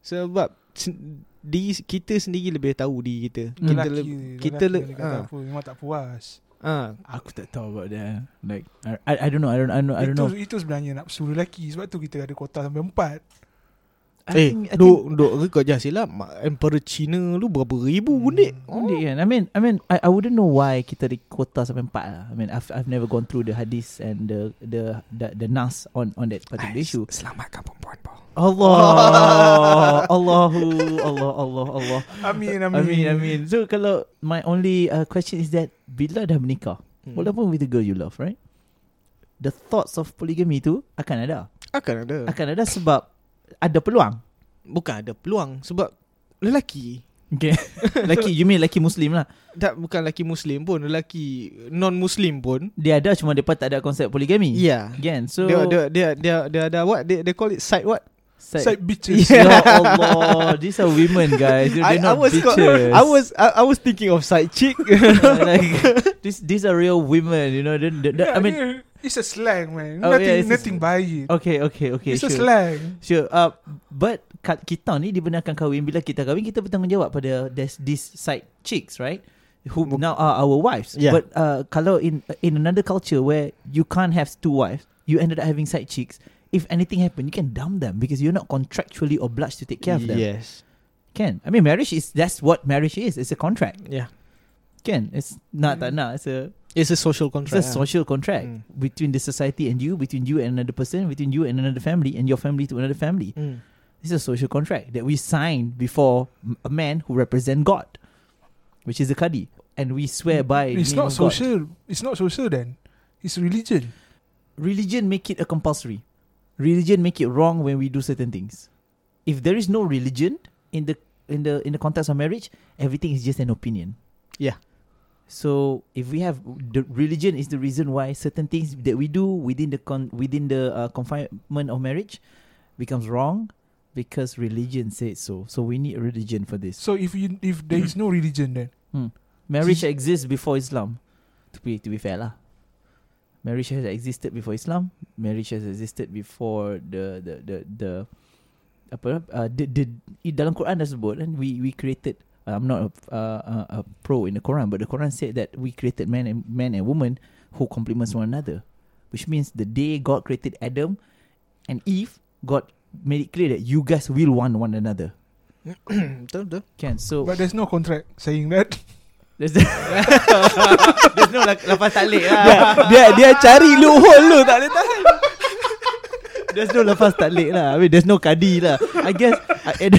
Speaker 3: Sebab sen- diri, kita sendiri lebih tahu diri kita Kita,
Speaker 2: Lelaki,
Speaker 3: le- kita
Speaker 2: lelaki
Speaker 3: le-
Speaker 2: ni kata
Speaker 3: ah.
Speaker 2: apa, Memang tak puas.
Speaker 3: ah,
Speaker 1: Aku tak tahu about that Like I, I I don't know I don't I don't, I don't
Speaker 2: itu,
Speaker 1: know
Speaker 2: itu sebenarnya nafsu lelaki. Sebab tu kita ada kuota sampai empat.
Speaker 1: I
Speaker 3: Eh,
Speaker 1: think- I
Speaker 3: duk duk ke kau jangan silap mak- Emperor China lu berapa ribu bundik.
Speaker 1: think Unik kan I mean I mean I, I wouldn't know why Kita di kota sampai empat lah I mean I've, I've never gone through the hadis And the The the, the nas on, on that particular issue
Speaker 3: Selamatkan perempuan po.
Speaker 1: Allah Allahu Allah Allah Allah
Speaker 2: Amin, amin.
Speaker 1: Amin amin So kalau My only uh, question is that Bila dah menikah
Speaker 3: Hmm.
Speaker 1: Walaupun with the girl you love right The thoughts of polygamy tu Akan ada
Speaker 3: Akan ada.
Speaker 1: Akan ada sebab Ada peluang
Speaker 3: Bukan ada peluang sebab lelaki
Speaker 1: Okay Lelaki You mean lelaki muslim lah
Speaker 3: tak bukan lelaki muslim pun, lelaki non muslim pun.
Speaker 1: Dia ada cuma depa tak ada konsep poligami
Speaker 3: Ya. Yeah.
Speaker 1: Kan
Speaker 3: So,
Speaker 1: so
Speaker 3: dia dia dia dia dia ada what they, they call it side what?
Speaker 2: Side bitches.
Speaker 1: Ya Allah These are women guys They're,
Speaker 3: I,
Speaker 1: they're
Speaker 3: I
Speaker 1: not
Speaker 3: was call-
Speaker 1: bitches
Speaker 3: I was I, I was thinking of side chick.
Speaker 1: like, these, these are real women You know they're, they're, they're, I
Speaker 2: Yeah,
Speaker 1: mean
Speaker 2: yeah, it's a slang, man.
Speaker 1: Oh,
Speaker 2: nothing,
Speaker 1: yeah, it's a
Speaker 2: nothing by it.
Speaker 1: Okay okay okay
Speaker 2: it's
Speaker 1: sure.
Speaker 2: a slang.
Speaker 1: Sure. Uh, but kat kita ni dibenarkan kahwin bila kita kahwin kita bertanggungjawab pada this, this side chicks, right? Who
Speaker 3: Buk-
Speaker 1: now are our wives.
Speaker 3: Yeah.
Speaker 1: But uh, kalau in in another culture where you can't have two wives, you ended up having side chicks. If anything happen, you can dump them because you're not contractually obliged to take care of them.
Speaker 3: Yes.
Speaker 1: Can I mean marriage is that's what marriage is. It's a contract.
Speaker 3: Yeah.
Speaker 1: Can it's not that nah. It's a
Speaker 3: It's a
Speaker 1: it's
Speaker 3: social Mm.
Speaker 1: a
Speaker 3: contract.
Speaker 1: social contract
Speaker 3: Mm.
Speaker 1: between the society and you, between you and another person, between you and another family, and your family to another family.
Speaker 3: ah. Mm.
Speaker 1: This is a social contract that we sign before m- a man who represent God, which is the Qadi. And we swear by
Speaker 2: It's
Speaker 1: name
Speaker 2: not
Speaker 1: of God.
Speaker 2: social. It's not social then. It's religion.
Speaker 1: Religion make it a compulsory. Religion make it wrong when we do certain things. If there is no religion in the in the in the context of marriage, everything is just an opinion.
Speaker 3: Yeah.
Speaker 1: So if we have the religion is the reason why certain things that we do within the con- within the uh, confinement of marriage becomes wrong because religion says so. So we need a religion for this.
Speaker 2: So if you if there is no religion then
Speaker 1: Marriage exists before Islam. To be to be fair lah. Marriage has existed before Islam. Marriage has existed before the the the the apa uh, the, the i- dalam Quran dah sebut kan we we created I'm not a, uh, uh, a pro in the Quran but the Quran said that we created man and man and woman who complements one another which means the day God created Adam and Eve God made it clear that you guys will want one another
Speaker 3: Betul betul.
Speaker 1: can so
Speaker 2: but there's no contract saying that.
Speaker 1: There's, there's no like, lepas talik lah.
Speaker 3: Dia, dia dia cari loophole lu tak boleh tahu.
Speaker 1: There's no lepas talik lah. I mean, there's no kadi lah. I guess. I, and-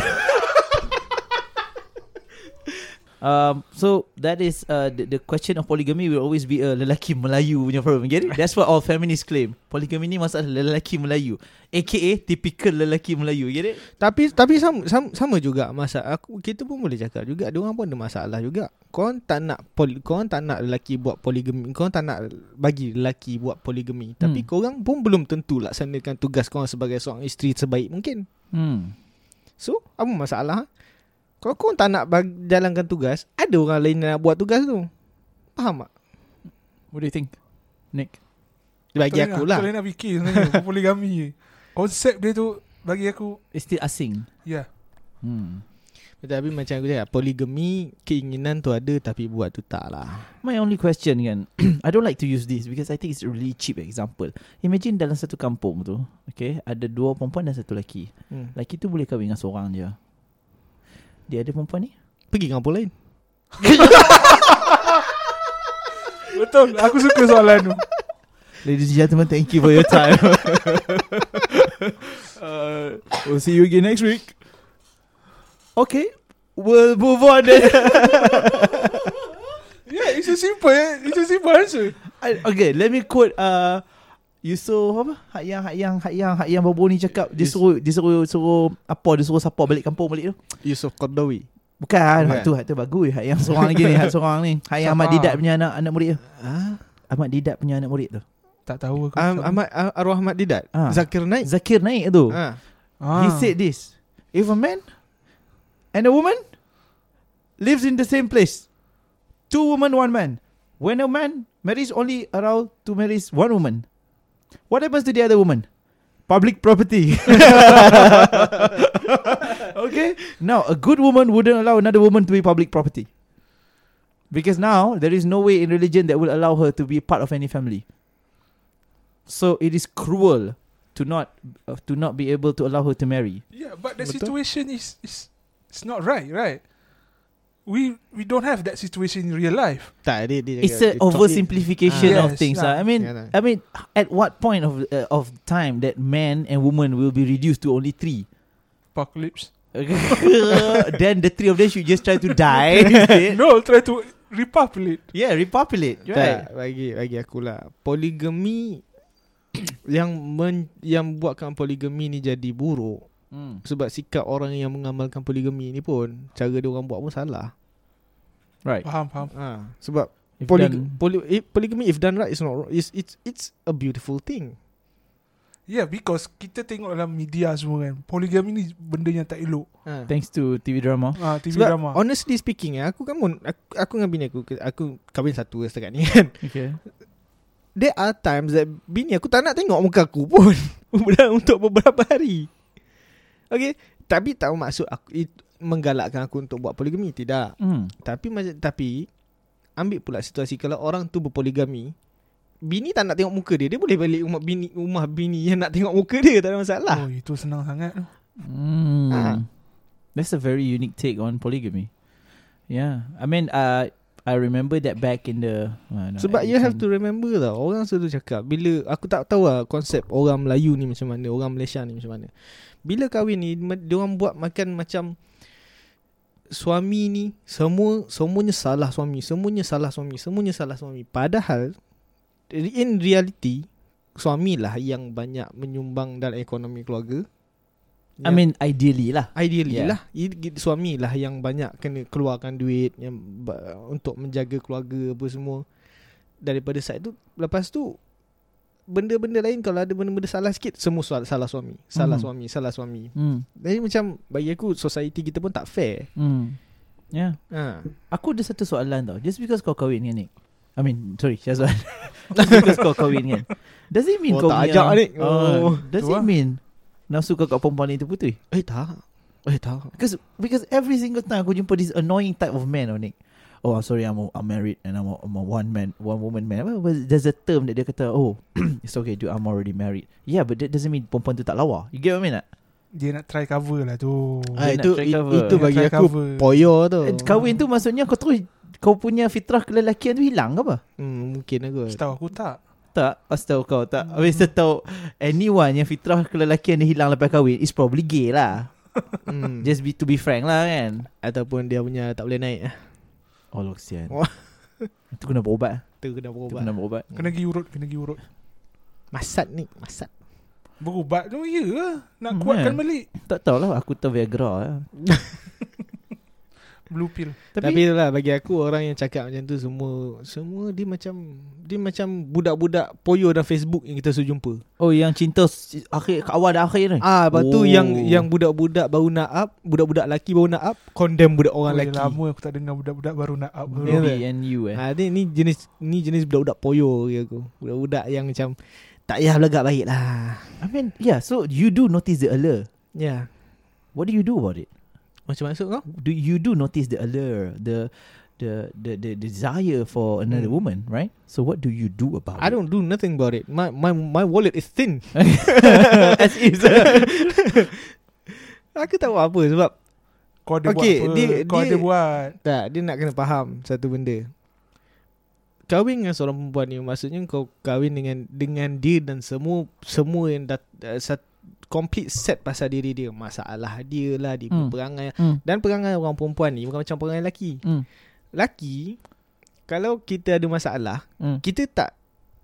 Speaker 1: um, so that is uh, the, the question of polygamy will always be a lelaki Melayu punya problem. Get it? That's what all feminists claim. Polygamy ni masalah lelaki Melayu. AKA typical lelaki Melayu. Get it?
Speaker 3: Tapi tapi sama sama, sama juga masa aku kita pun boleh cakap juga dia orang pun ada masalah juga. Kau orang tak nak pol, kau orang tak nak lelaki buat poligami. Kau orang tak nak bagi lelaki buat poligami. Hmm. Tapi kau orang pun belum tentu laksanakan tugas kau orang sebagai seorang isteri sebaik mungkin.
Speaker 1: Hmm.
Speaker 3: So, apa masalah? ha? Kalau kau orang tak nak bag, jalankan tugas, ada orang lain yang nak buat tugas tu. Faham tak?
Speaker 1: What do you think? Nick.
Speaker 3: Dia
Speaker 2: Tak
Speaker 3: Bagi
Speaker 2: boleh
Speaker 3: aku
Speaker 2: nak-
Speaker 3: lah.
Speaker 2: Tak boleh nak fikir sebenarnya poligami. je. Konsep dia tu bagi aku
Speaker 1: It's still asing.
Speaker 2: ya. Yeah.
Speaker 1: Hmm.
Speaker 3: Tapi macam aku cakap, poligami keinginan tu ada tapi buat tu tak lah.
Speaker 1: My only question kan I don't like to use this Because I think it's a really cheap example Imagine dalam satu kampung tu Okay Ada dua perempuan dan satu lelaki
Speaker 3: Hmm.
Speaker 1: Lelaki tu boleh kahwin dengan seorang je Dia ada perempuan ni
Speaker 3: Pergi kampung lain.
Speaker 2: Betul. Aku suka soalan tu.
Speaker 1: Ladies and gentlemen Thank you for your time uh, We'll see you again next week Okay We'll move on then
Speaker 2: Yeah, it's a simple eh. It's a simple answer.
Speaker 1: I- Okay let me quote uh, Yusof apa Hak yang Hak yang Hak yang Hak yang Bobo ni cakap Dia
Speaker 3: Yus-
Speaker 1: suruh Dia suruh Suruh Apa Dia suruh siapa balik kampung balik tu
Speaker 3: Yusof Qardawi.
Speaker 1: Bukan Hak
Speaker 3: Bukan.
Speaker 1: tu Hak tu bagus Hak yang seorang lagi ni Hak seorang ni Hak yang Ahmad
Speaker 2: Siapa?
Speaker 1: Didat punya anak Anak murid tu
Speaker 3: Ah,
Speaker 1: Ahmad Didat punya anak murid tu
Speaker 2: Tak tahu aku.
Speaker 3: um, Ahmad uh, Arwah Ahmad Didat.
Speaker 1: Ah.
Speaker 3: Zakir Naik.
Speaker 1: Zakir naik tu
Speaker 3: Ah.
Speaker 1: He said this If a man And a woman Lives in the same place Two women one man When a man marries only around To marries one woman What happens to the other woman? Public property Okay Now a good woman wouldn't allow another woman to be public property Because now there is no way in religion that will allow her to be part of any family So it is cruel to not uh, to not be able to allow her to marry.
Speaker 2: Yeah, but the
Speaker 3: Betul.
Speaker 2: situation is is it's not right, right? We we don't have that situation in real life.
Speaker 3: Tak, dia, dia
Speaker 1: It's an
Speaker 3: cakap- dia talk-
Speaker 1: oversimplification
Speaker 2: Ah.
Speaker 1: of
Speaker 2: Yes,
Speaker 1: things.
Speaker 2: lah.
Speaker 1: ah. I mean,
Speaker 3: Yeah, lah.
Speaker 1: I mean, at what point of uh, of time that man and woman will be reduced to only three?
Speaker 2: Apocalypse.
Speaker 1: then the three of them should just try to die. instead.
Speaker 2: No, try to repopulate.
Speaker 1: Yeah, repopulate. Right.
Speaker 3: Tak, bagi bagi akulah poligami yang men, yang buatkan poligami ni jadi buruk
Speaker 1: Hmm.
Speaker 3: sebab sikap orang yang mengamalkan poligami ni pun cara dia orang buat pun salah.
Speaker 1: Right.
Speaker 3: Ah,
Speaker 2: Faham, faham.
Speaker 3: Ha, sebab
Speaker 1: If
Speaker 3: polig,
Speaker 1: done-
Speaker 3: poli, eh, poligami if done right is not wrong. It's it's it's a beautiful thing.
Speaker 2: Yeah, because kita tengok dalam media semua kan, poligami ni benda yang tak elok.
Speaker 3: Ha.
Speaker 1: thanks to TV drama.
Speaker 2: Ah, TV
Speaker 3: Sebab
Speaker 2: drama.
Speaker 3: honestly speaking eh, aku kamu aku, aku dengan bini aku aku kahwin satu setakat ni kan.
Speaker 1: Okay.
Speaker 3: There are times that bini aku tak nak tengok muka aku pun Untuk beberapa hari Okay Tapi tak bermaksud aku it, Menggalakkan aku untuk buat poligami Tidak
Speaker 1: Hmm.
Speaker 3: Tapi macam- tapi Ambil pula situasi Kalau orang tu berpoligami Bini tak nak tengok muka dia Dia boleh balik rumah bini Rumah bini yang nak tengok muka dia Tak ada masalah
Speaker 2: Oh, itu senang sangat.
Speaker 1: Mm.
Speaker 3: Ah.
Speaker 1: That's a very unique take on polygamy. Yeah, I mean, uh, I remember that back in the. Uh, no,
Speaker 3: Sebab
Speaker 1: I
Speaker 3: you have
Speaker 1: can't-
Speaker 3: to remember tau Orang selalu cakap Bila Aku tak tahu lah Konsep orang Melayu ni macam mana Orang Malaysia ni macam mana Bila kahwin ni me- Diorang buat makan macam Suami ni Semua Semuanya salah suami Semuanya salah suami Semuanya salah suami Padahal In lah reality Suamilah yang banyak menyumbang dalam ekonomi keluarga
Speaker 1: I mean ideally lah.
Speaker 3: Ideally
Speaker 1: Yeah.
Speaker 3: yeah. lah i- i- Suami lah yang banyak Kena keluarkan duit yang ba- Untuk menjaga keluarga Apa semua Daripada side tu Lepas tu Benda-benda lain Kalau ada benda-benda salah sikit Semua salah, salah suami Salah
Speaker 1: Mhm.
Speaker 3: suami Salah suami
Speaker 1: Hmm.
Speaker 3: Jadi macam Bagi aku Society kita pun tak fair
Speaker 1: Hmm. Yeah.
Speaker 3: ha.
Speaker 1: Aku ada satu soalan tau Just because kau kahwin kan Nick I mean sorry Syazwan Just because kau kahwin kan Does it mean
Speaker 3: Oh,
Speaker 1: kau
Speaker 3: tak
Speaker 1: punya-
Speaker 3: ajak, Nick.
Speaker 1: Ah,
Speaker 3: Oh,
Speaker 1: Does it
Speaker 3: tu lah.
Speaker 1: mean Nafsu kau kat perempuan itu putih
Speaker 3: Eh tak Eh tak
Speaker 1: Because because every single time Aku jumpa this annoying type of man tau Nick Oh I'm sorry I'm, a, I'm married And I'm a, I'm a one man One woman man Well, well, There's a term that dia kata Oh it's okay dude I'm already married Yeah but that doesn't mean Perempuan tu tak lawa You get what I mean tak
Speaker 2: Dia nak try cover lah tu
Speaker 1: Ah,
Speaker 3: ah,
Speaker 1: Dia nak
Speaker 3: Itu
Speaker 1: try
Speaker 3: i-
Speaker 1: cover.
Speaker 3: itu
Speaker 2: Dia
Speaker 3: bagi
Speaker 2: try
Speaker 3: aku
Speaker 2: cover.
Speaker 3: Poyo tu
Speaker 1: Eh, Kahwin tu maksudnya Kau terus Kau punya fitrah kelelakian tu hilang ke apa
Speaker 3: hmm, Mungkin aku
Speaker 2: Setahu aku tak
Speaker 1: Tak oh, Setahu kau tak
Speaker 3: Hmm.
Speaker 1: Habis setahu Anyone yang fitrah kelelakian dia hilang lepas kahwin Is probably gay lah
Speaker 3: hmm.
Speaker 1: Just be, to be frank lah kan
Speaker 3: Ataupun dia punya Tak boleh naik ah.
Speaker 1: Oh loksian
Speaker 3: Wah.
Speaker 1: Itu kena berubat
Speaker 3: Tu kena
Speaker 1: Itu
Speaker 3: berubat
Speaker 1: kena berubat
Speaker 2: Kena pergi urut Kena pergi urut
Speaker 3: Masat ni Masat
Speaker 2: Berubat tu ya lah Nak
Speaker 1: Hmm,
Speaker 2: kuatkan
Speaker 1: eh.
Speaker 3: ya.
Speaker 2: balik
Speaker 1: Tak tahulah aku tahu Viagra lah.
Speaker 2: Blue pill
Speaker 1: Tapi,
Speaker 3: Tapi, Tapi itulah bagi aku orang yang cakap macam tu semua semua dia macam dia macam budak-budak poyo dan Facebook yang kita selalu jumpa.
Speaker 1: Oh yang cinta si- akhir, awal dan akhir ni
Speaker 3: Ah, lepas
Speaker 1: Oh.
Speaker 3: tu yang yang budak-budak baru nak up, budak-budak lelaki baru nak up, condemn budak orang
Speaker 2: Oi,
Speaker 3: lelaki.
Speaker 2: Lama aku tak dengar budak-budak baru nak up
Speaker 3: Ya,
Speaker 1: Me and you eh
Speaker 3: Ha, ni, ni jenis ni jenis budak-budak poyo bagi aku. Budak-budak yang macam tak payah belagak baik lah.
Speaker 1: I mean yeah so you do notice the allure
Speaker 3: Ya. Yeah.
Speaker 1: What do you do about it
Speaker 3: Macam maksud kau?
Speaker 1: Do you do notice the allure The the the, the desire for another
Speaker 3: Hmm.
Speaker 1: woman right So what do you do about
Speaker 3: I
Speaker 1: it
Speaker 3: don't do nothing about it. My my my wallet is thin.
Speaker 1: As is
Speaker 3: Aku tak buat apa sebab
Speaker 2: Kau ada
Speaker 3: Okey,
Speaker 2: buat apa
Speaker 3: dia-
Speaker 2: Kau
Speaker 3: dia-
Speaker 2: ada buat
Speaker 3: Tak, dia nak kena faham satu benda. Kahwin dengan seorang perempuan ni maksudnya kau kahwin dengan dengan dia dan semua semua yang dah uh, sat, complete set pasal diri dia, masalah dia lah di
Speaker 1: Hmm.
Speaker 3: hmm. perangai
Speaker 1: Hmm.
Speaker 3: dan perangai orang perempuan ni bukan macam perangai lelaki.
Speaker 1: Hmm.
Speaker 3: Lelaki kalau kita ada masalah,
Speaker 1: Hmm.
Speaker 3: kita tak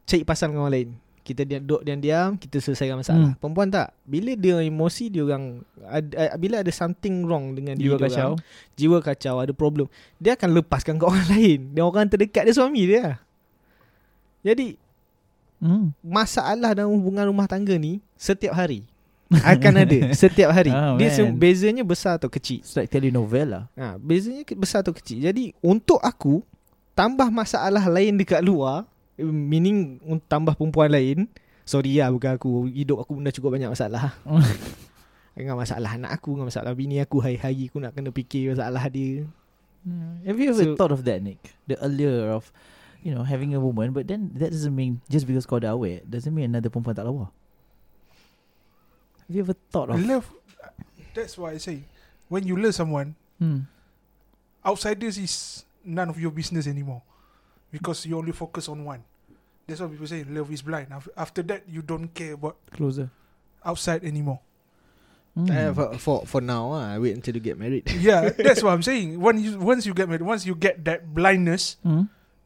Speaker 3: cari pasal dengan orang lain. Kita dia duduk diam-diam, kita selesaikan
Speaker 1: Hmm.
Speaker 3: masalah. Perempuan tak. Bila dia emosi dia orang ad, ad, bila ada something wrong dengan
Speaker 1: Jiwa
Speaker 3: dia orang,
Speaker 1: kacau
Speaker 3: jiwa kacau ada problem dia akan lepaskan ke orang lain dia orang terdekat dia suami dia lah. jadi
Speaker 1: hmm.
Speaker 3: masalah dalam hubungan rumah tangga ni setiap hari akan ada setiap hari
Speaker 1: Oh,
Speaker 3: dia se-
Speaker 1: man.
Speaker 3: bezanya besar atau kecil
Speaker 1: It's like telenovela
Speaker 3: ha, bezanya ke- besar atau kecil jadi untuk aku tambah masalah lain dekat luar eh, meaning un- tambah perempuan lain sorry lah bukan aku hidup aku dah cukup banyak masalah dengan masalah anak aku dengan masalah bini aku hari-hari aku nak kena fikir masalah dia
Speaker 2: Hmm.
Speaker 1: Have you ever
Speaker 3: So-
Speaker 1: thought of that Nick The allure of You know having a woman But then that doesn't mean Just because kau dah awet Doesn't mean another perempuan tak lawa Have you ever thought of
Speaker 2: Love That's why I say When you love someone
Speaker 1: hmm.
Speaker 2: Outsiders is None of your business anymore Because you only focus on one That's why people say Love is blind Af- After that You don't care about
Speaker 1: Closer
Speaker 2: Outside anymore
Speaker 1: hmm.
Speaker 3: Uh, for, for for now ah, wait until you get married.
Speaker 2: Yeah That's what I'm saying When you, Once you get married Once you get that blindness
Speaker 1: hmm.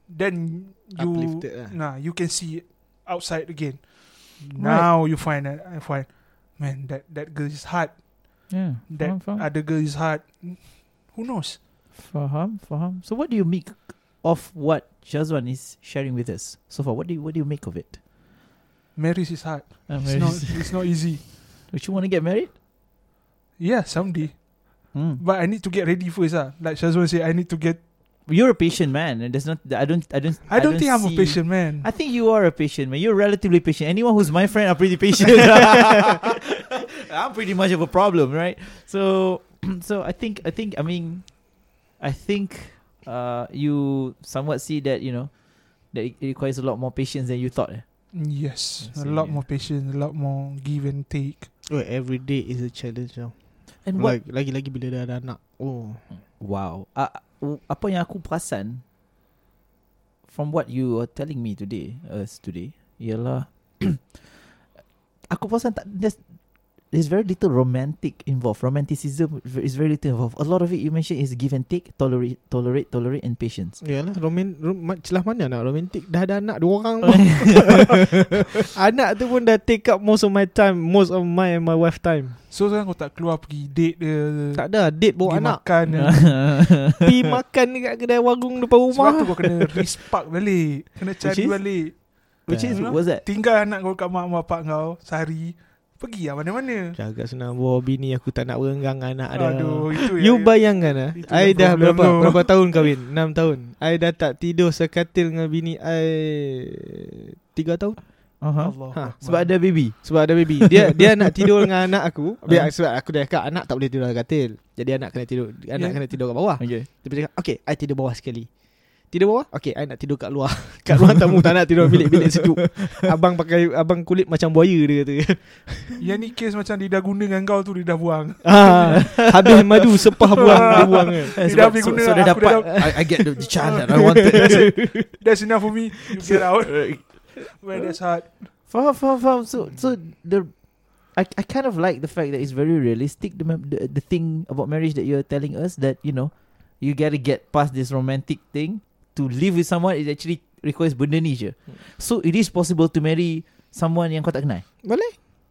Speaker 2: Then You
Speaker 3: Uplifted lah.
Speaker 2: Nah You can see Outside again Now you find that I find Man that, that girl is hard
Speaker 1: Yeah
Speaker 2: That
Speaker 1: Faham faham.
Speaker 2: other girl is hard Who knows
Speaker 1: faham faham So what do you make Of what Shazwan is sharing with us So far What do you, what do you make of it
Speaker 2: Marriage is hard
Speaker 1: uh,
Speaker 2: It's not, it's not easy
Speaker 1: Would you want to get married
Speaker 2: Yeah, someday.
Speaker 1: hmm.
Speaker 2: But I need to get ready first ah. Like Shazwan said, I need to get.
Speaker 1: You're a patient man and there's not I don't I don't
Speaker 2: I don't, think I'm a
Speaker 1: see-
Speaker 2: patient man.
Speaker 1: I think you are a patient man. You're relatively patient. Anyone who's my friend are pretty patient. I'm pretty much of a problem, right? So, so I think I think I mean, I think uh, you somewhat see that you know that it it requires a lot more patience than you thought. eh.
Speaker 2: yes,
Speaker 1: I
Speaker 2: a
Speaker 1: see,
Speaker 2: lot
Speaker 1: yeah.
Speaker 2: more patience, a lot more give and take.
Speaker 3: Oh, every day is a challenge tau.
Speaker 1: And what?
Speaker 3: Like, lagi-lagi bila dah ada anak. Oh.
Speaker 1: wow. Uh, apa yang aku perasan from what you are telling me uh, today, us today, ialah aku perasan tak there's, there's very little romantic involved. Romanticism is very little involved. A lot of it you mentioned is give and take, tolerate, tolerate, tolerate, and patience.
Speaker 3: Yalah roman, rom, Celah mana nak romantik Dah ada anak Dua orang Anak tu pun dah take up Most of my time Most of my and my wife time
Speaker 2: So sekarang kau tak keluar pergi date dia
Speaker 3: Tak ada Date
Speaker 2: Pergi
Speaker 3: bawa anak
Speaker 2: makan dia.
Speaker 3: Pergi makan dekat kedai warung Depan
Speaker 2: Sebab tu
Speaker 3: rumah
Speaker 2: kau kena respark balik Kena cari
Speaker 1: is-
Speaker 2: balik
Speaker 1: Which is
Speaker 2: Yeah.
Speaker 1: what's that?
Speaker 2: Tinggal anak kau kat mak bapak kau Sehari Pergi lah mana-mana
Speaker 3: Jaga senang Bawa bini aku tak nak Renggang anak dia
Speaker 2: Aduh itu ya.
Speaker 3: You
Speaker 2: yang-
Speaker 3: bayangkan ah,
Speaker 2: Itu
Speaker 3: I
Speaker 2: dah
Speaker 3: ya, dah
Speaker 2: problem
Speaker 3: berapa
Speaker 2: tu.
Speaker 3: berapa tahun kahwin? 6 tahun. I dah tak tidur sekatil dengan bini I 3 tahun
Speaker 1: Uh-huh.
Speaker 2: Allah
Speaker 3: Ha.
Speaker 2: Akbar.
Speaker 1: Sebab ada baby.
Speaker 3: sebab ada baby. Dia dia nak tidur dengan anak aku. Ha. Biar sebab aku dah cakap anak tak boleh tidur dalam katil. Jadi anak kena tidur anak
Speaker 2: Yeah.
Speaker 3: kena tidur kat bawah.
Speaker 1: Okay.
Speaker 3: Dia cakap, "Okay, I tidur bawah sekali." Tidur bawah? Okay, I nak tidur kat luar. kat ruang tamu tak nak tidur bilik-bilik sejuk. Abang pakai abang kulit macam buaya dia kata.
Speaker 2: Yang ni kes macam dia dah guna dengan kau tu Dia dah buang
Speaker 3: ah, habis madu sepah buang dia buang. kan.
Speaker 1: Eh,
Speaker 2: Dia dah
Speaker 1: sebab,
Speaker 2: habis
Speaker 1: so,
Speaker 2: guna,
Speaker 1: so dah
Speaker 2: aku dah
Speaker 1: dapat I, I get the chance that I wanted
Speaker 2: That's enough for me You get out Well that's hard
Speaker 1: Faham faham faham So so the I, I kind of like the fact that it's very realistic the, mem- the the thing about marriage that you're telling us that you know you gotta get past this romantic thing to live with someone it actually requires benda ni je so it is possible to marry someone yang kau tak kenal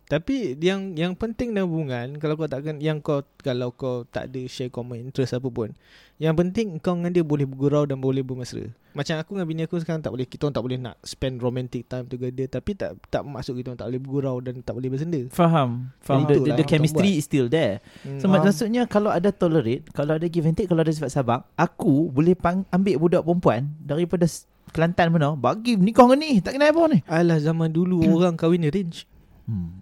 Speaker 3: Tapi yang yang penting dalam hubungan kalau kau takkan yang kau kalau kau tak ada share common interest apa pun. Yang penting kau dengan dia boleh bergurau dan boleh bermesra. Macam aku dengan bini aku sekarang tak boleh kita orang tak boleh nak spend romantic time together tapi tak tak masuk kita orang tak boleh bergurau dan tak boleh bersenda.
Speaker 1: faham faham the,
Speaker 3: Itulah
Speaker 1: the, the
Speaker 3: yang
Speaker 1: chemistry is still there
Speaker 3: Hmm.
Speaker 1: So
Speaker 2: Faham.
Speaker 1: maksudnya kalau ada tolerate, kalau ada give and take, kalau ada sifat sabar, aku boleh pang, ambil budak perempuan daripada S- Kelantan mana, bagi nikah dengan ni, tak kenal apa ni.
Speaker 3: Alah zaman dulu orang kahwin arrange.
Speaker 1: Hmm.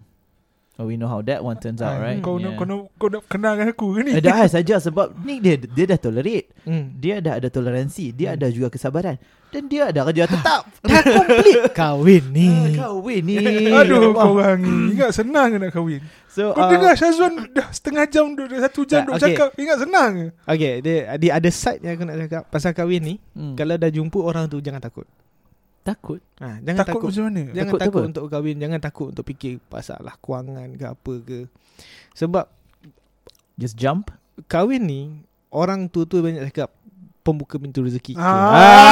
Speaker 1: Oh, we know how that one turns out,
Speaker 2: Ah,
Speaker 1: right?
Speaker 2: Kau nak kau nak kau nak kenal dengan aku ke ni
Speaker 1: Eh, dah saja sebab ni dia dia dah tolerate.
Speaker 3: Hmm.
Speaker 1: Dia dah ada toleransi, dia
Speaker 3: Hmm.
Speaker 1: ada juga kesabaran dan dia ada kerja tetap. dah complete.
Speaker 3: Kahwin ni.
Speaker 1: Ah, Kau weh ni. Allah.
Speaker 2: Aduh kau orang ni Ingat senang ke nak kahwin
Speaker 1: So
Speaker 2: Kau
Speaker 1: uh,
Speaker 2: dengar Syazwan Dah setengah jam duduk- Satu jam
Speaker 3: Ah.
Speaker 2: duduk
Speaker 3: Tak, okay.
Speaker 2: cakap Ingat senang ke
Speaker 3: Okay, dia di ada side yang aku nak cakap pasal kahwin ni.
Speaker 1: hmm.
Speaker 3: Kalau dah jumpa orang tu jangan takut.
Speaker 1: takut.
Speaker 3: Ha, jangan
Speaker 2: Takut
Speaker 3: takut,
Speaker 2: macam mana
Speaker 3: Jangan
Speaker 1: Takut tu
Speaker 3: takut, takut
Speaker 1: apa?
Speaker 3: untuk kahwin Jangan takut untuk fikir Masalah kewangan ke apa ke Sebab
Speaker 1: Just jump.
Speaker 3: Kahwin ni Orang tua-tua banyak cakap Pembuka pintu rezeki
Speaker 2: Ah.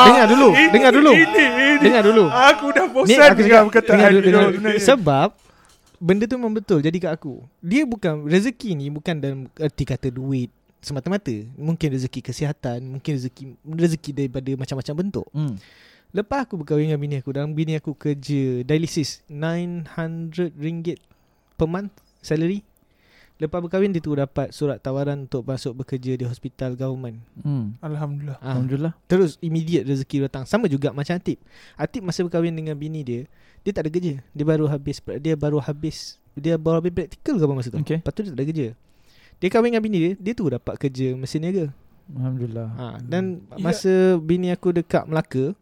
Speaker 3: Dengar dulu,
Speaker 2: Ini-
Speaker 3: dengar dulu.
Speaker 2: Ini ini
Speaker 3: Dengar dulu
Speaker 2: Aku dah
Speaker 3: Ni
Speaker 2: bosan
Speaker 3: aku
Speaker 2: dengan
Speaker 3: cakap
Speaker 2: perkataan
Speaker 3: dengar dulu,
Speaker 2: Irul
Speaker 3: dengar dulu.
Speaker 2: sebenarnya.
Speaker 3: Sebab Benda tu memang betul Jadi kat aku Dia bukan Rezeki ni bukan dalam Erti kata duit Semata-mata Mungkin rezeki kesihatan Mungkin rezeki Rezeki daripada macam-macam bentuk
Speaker 1: Hmm.
Speaker 3: Lepas aku berkahwin dengan bini aku Dan bini aku kerja dialysis RM900 ringgit per month salary Lepas berkahwin dia tu dapat surat tawaran untuk masuk bekerja di hospital government
Speaker 1: Hmm.
Speaker 2: Alhamdulillah
Speaker 3: ah,
Speaker 1: Alhamdulillah.
Speaker 3: Terus immediate rezeki datang Sama juga macam Atip Atip masa berkahwin dengan bini dia Dia tak ada kerja Dia baru habis Dia baru habis Dia baru habis praktikal ke apa masa tu
Speaker 1: Okay.
Speaker 3: Lepas tu dia tak ada kerja Dia kahwin dengan bini dia Dia tu dapat kerja mesin niaga
Speaker 1: Alhamdulillah.
Speaker 3: Ha, dan
Speaker 2: Ya.
Speaker 3: masa bini aku dekat Melaka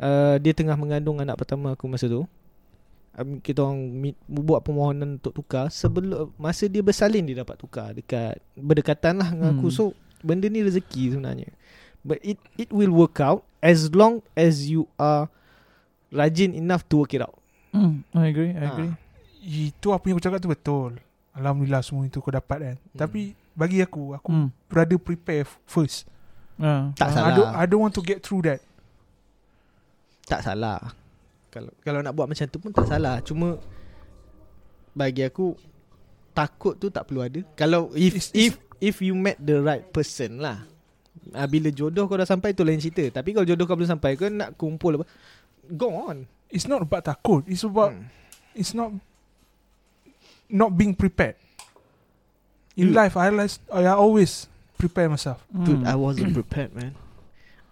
Speaker 3: uh, dia tengah mengandung anak pertama aku masa tu. Um, kita orang meet, buat permohonan untuk tukar sebelum masa dia bersalin dia dapat tukar dekat berdekatan lah dengan aku.
Speaker 1: Hmm.
Speaker 3: So benda ni rezeki sebenarnya. But it it will work out as long as you are rajin enough to work it out.
Speaker 1: Hmm. I agree. I
Speaker 3: Ah.
Speaker 1: agree.
Speaker 2: Itu apa yang aku cakap tu betul Alhamdulillah semua itu kau dapat kan
Speaker 3: Hmm.
Speaker 2: Tapi bagi aku Aku
Speaker 1: Hmm.
Speaker 2: rather prepare f- first
Speaker 1: Ah.
Speaker 2: Ah, I
Speaker 3: Tak salah.
Speaker 2: don't, I don't want to get through that
Speaker 3: tak salah. Kalau kalau nak buat macam tu pun tak salah. Cuma bagi aku takut tu tak perlu ada. Kalau if
Speaker 2: It's-
Speaker 3: if if you met the right person lah. Ah, bila jodoh kau dah sampai tu lain cerita. Tapi kalau jodoh kau belum sampai kau nak kumpul apa? Go on.
Speaker 2: It's not about takut It's about
Speaker 3: Hmm.
Speaker 2: It's not Not being prepared In
Speaker 3: You-
Speaker 2: life I, realize, I always prepare myself
Speaker 1: Hmm.
Speaker 3: Dude, I wasn't prepared, man.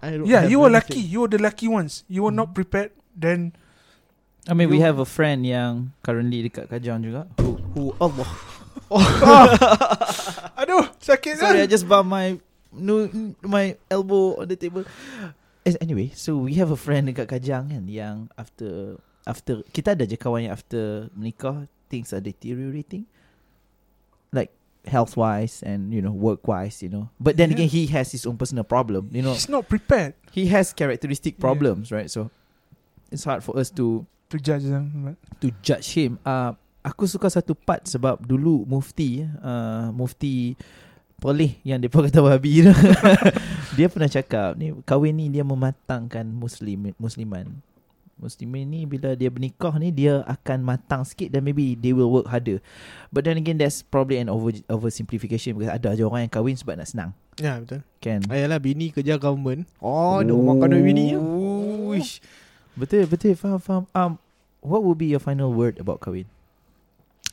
Speaker 3: I don't
Speaker 2: Yeah,
Speaker 3: have
Speaker 2: you were lucky.
Speaker 3: anything.
Speaker 2: You were the lucky ones. You were not prepared. Then
Speaker 1: I mean, we
Speaker 2: You-
Speaker 1: have a friend yang currently dekat Kajang juga. Who, who Allah.
Speaker 2: aduh sakit
Speaker 1: Sorry, I
Speaker 2: kan?
Speaker 1: just bumped my no, my elbow on the table. As- Anyway, so we have a friend dekat Kajang kan yang after after kita ada je kawan yang after menikah things are deteriorating like health wise and you know work wise you know but then
Speaker 2: Yeah.
Speaker 1: again he has his own personal problem you know
Speaker 2: He's not prepared
Speaker 1: he has characteristic
Speaker 2: Yeah.
Speaker 1: problems right so it's hard for us to
Speaker 2: to judge them.
Speaker 1: to judge him. Uh, aku suka satu part sebab dulu mufti uh, mufti Poleh yang dia kata wahabi tu dia pernah cakap ni kahwin ni dia mematangkan muslim musliman muslimin ni bila dia bernikah ni dia akan matang sikit dan maybe they will work harder but then again that's probably an over oversimplification because ada je orang yang kahwin sebab nak senang
Speaker 3: Ya betul
Speaker 1: kan
Speaker 3: Ayalah bini kerja government Oh dia makan duit bini ya. Uish
Speaker 1: betul betul faham faham um what would be your final word about kahwin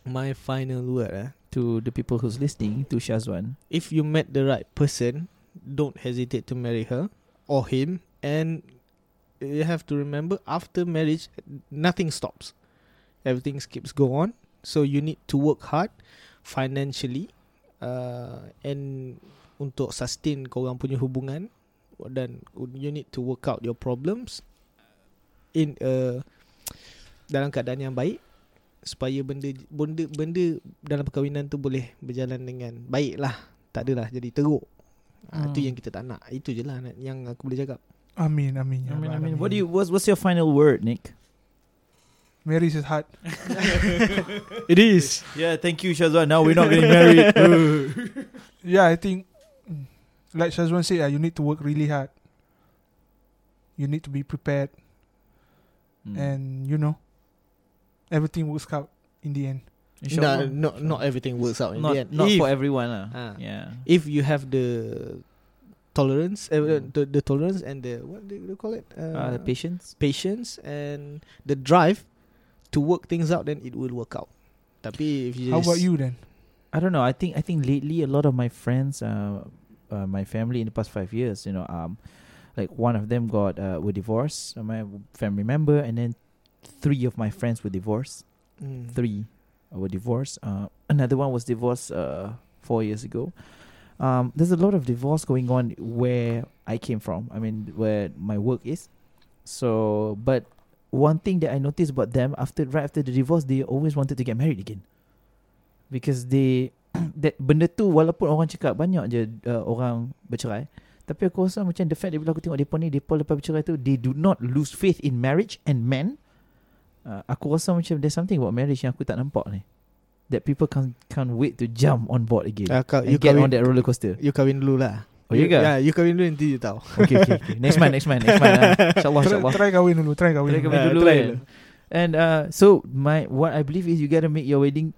Speaker 3: My final word eh.
Speaker 1: to the people who's listening to Shazwan
Speaker 3: If you met the right person, don't hesitate to marry her or him. And you have to remember, after marriage, nothing stops. Everything keeps go on. So you need to work hard financially uh, and untuk sustain korang punya hubungan dan you need to work out your problems in a dalam keadaan yang baik supaya benda benda benda dalam perkahwinan tu boleh berjalan dengan baik lah tak adalah jadi teruk hmm.
Speaker 1: Hmm.
Speaker 3: itu yang kita tak nak itu je lah nak- yang aku boleh cakap
Speaker 2: Amin, amin.
Speaker 1: I
Speaker 2: ya Rabbal
Speaker 1: mean
Speaker 2: Alamin.
Speaker 1: what do you what's, what's your final word Nick
Speaker 2: Marriage is hard.
Speaker 3: it is
Speaker 1: yeah thank you Shazwan now we're not getting married Mm.
Speaker 2: Yeah, I think, mm, like Shazwan said, uh, you need to work really hard. You need to be prepared,
Speaker 1: Mm.
Speaker 2: and you know, everything works out in the end.
Speaker 3: no, not not everything works out in
Speaker 1: not,
Speaker 3: the end
Speaker 1: not
Speaker 3: if,
Speaker 1: for everyone lah.
Speaker 3: Ah.
Speaker 1: Yeah.
Speaker 3: if you have the tolerance uh,
Speaker 1: Hmm.
Speaker 3: the, the tolerance and the what do you call it
Speaker 1: Uh, the patience.
Speaker 3: patience and the drive to work things out then it will work out tapi if you
Speaker 2: How
Speaker 3: just-
Speaker 2: about you then?
Speaker 1: I don't know. I think I think lately a lot of my friends, uh, uh, my family in the past five years, you know, um, like one of them got uh, were divorced, uh, my family member, and then three of my friends were divorced.
Speaker 3: Hmm.
Speaker 1: Three were divorced. Uh, another one was divorced uh, four years ago. Um, there's a lot of divorce going on where I came from. I mean, where my work is. So, but one thing that I noticed about them after right after the divorce, they always wanted to get married again. Because they that benda tu walaupun orang cakap banyak je uh, orang bercerai, tapi aku rasa macam the fact that bila aku tengok depa ni, depa lepas bercerai tu they do not lose faith in marriage and men. Uh, aku rasa macam there's something about marriage yang aku tak nampak ni. That people can't can't wait to jump on board again.
Speaker 3: Ah, kau-
Speaker 1: and
Speaker 3: you
Speaker 1: get on
Speaker 3: kahwin
Speaker 1: that roller coaster.
Speaker 3: you kahwin dulu lah
Speaker 1: Oh, you ke?
Speaker 3: yeah, you kahwin dulu nanti you tahu
Speaker 1: Okay, okay, okay. Next month, next month, next month. ah. InsyaAllah,
Speaker 2: Try,
Speaker 1: insyaAllah.
Speaker 2: try kahwin dulu, try kahwin
Speaker 1: Try
Speaker 2: dulu.
Speaker 1: kahwin
Speaker 3: Ah,
Speaker 1: dulu
Speaker 3: try
Speaker 1: kan.
Speaker 3: dulu.
Speaker 1: And uh, so my what I believe is you gotta make your wedding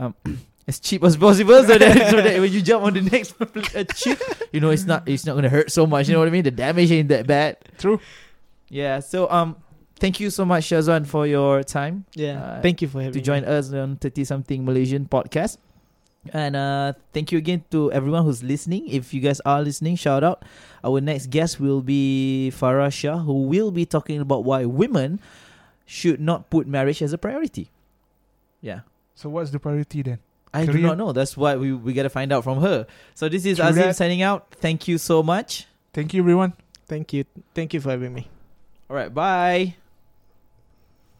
Speaker 1: um, as cheap as possible so that so that when you jump on the next pl- uh, cheap, you know it's not it's not gonna hurt so much. You know what I mean? The damage ain't that bad.
Speaker 2: True.
Speaker 1: Yeah. So um, thank you so much Shazwan for your time Uh,
Speaker 3: yeah thank you for having
Speaker 1: to join us on Thirty Something Malaysian podcast. And uh, thank you again to everyone who's listening. If you guys are listening, shout out. Our next guest will be Farah Shah, who will be talking about why women should not put marriage as a priority. Yeah.
Speaker 2: So what's the priority then?
Speaker 1: I do
Speaker 2: Career.
Speaker 1: not know. That's why we, we got to find out from her. So this is
Speaker 2: True
Speaker 1: Azim
Speaker 2: that.
Speaker 1: signing out. Thank you so much.
Speaker 2: Thank you, everyone.
Speaker 3: thank you thank you for having me
Speaker 1: All right. Bye.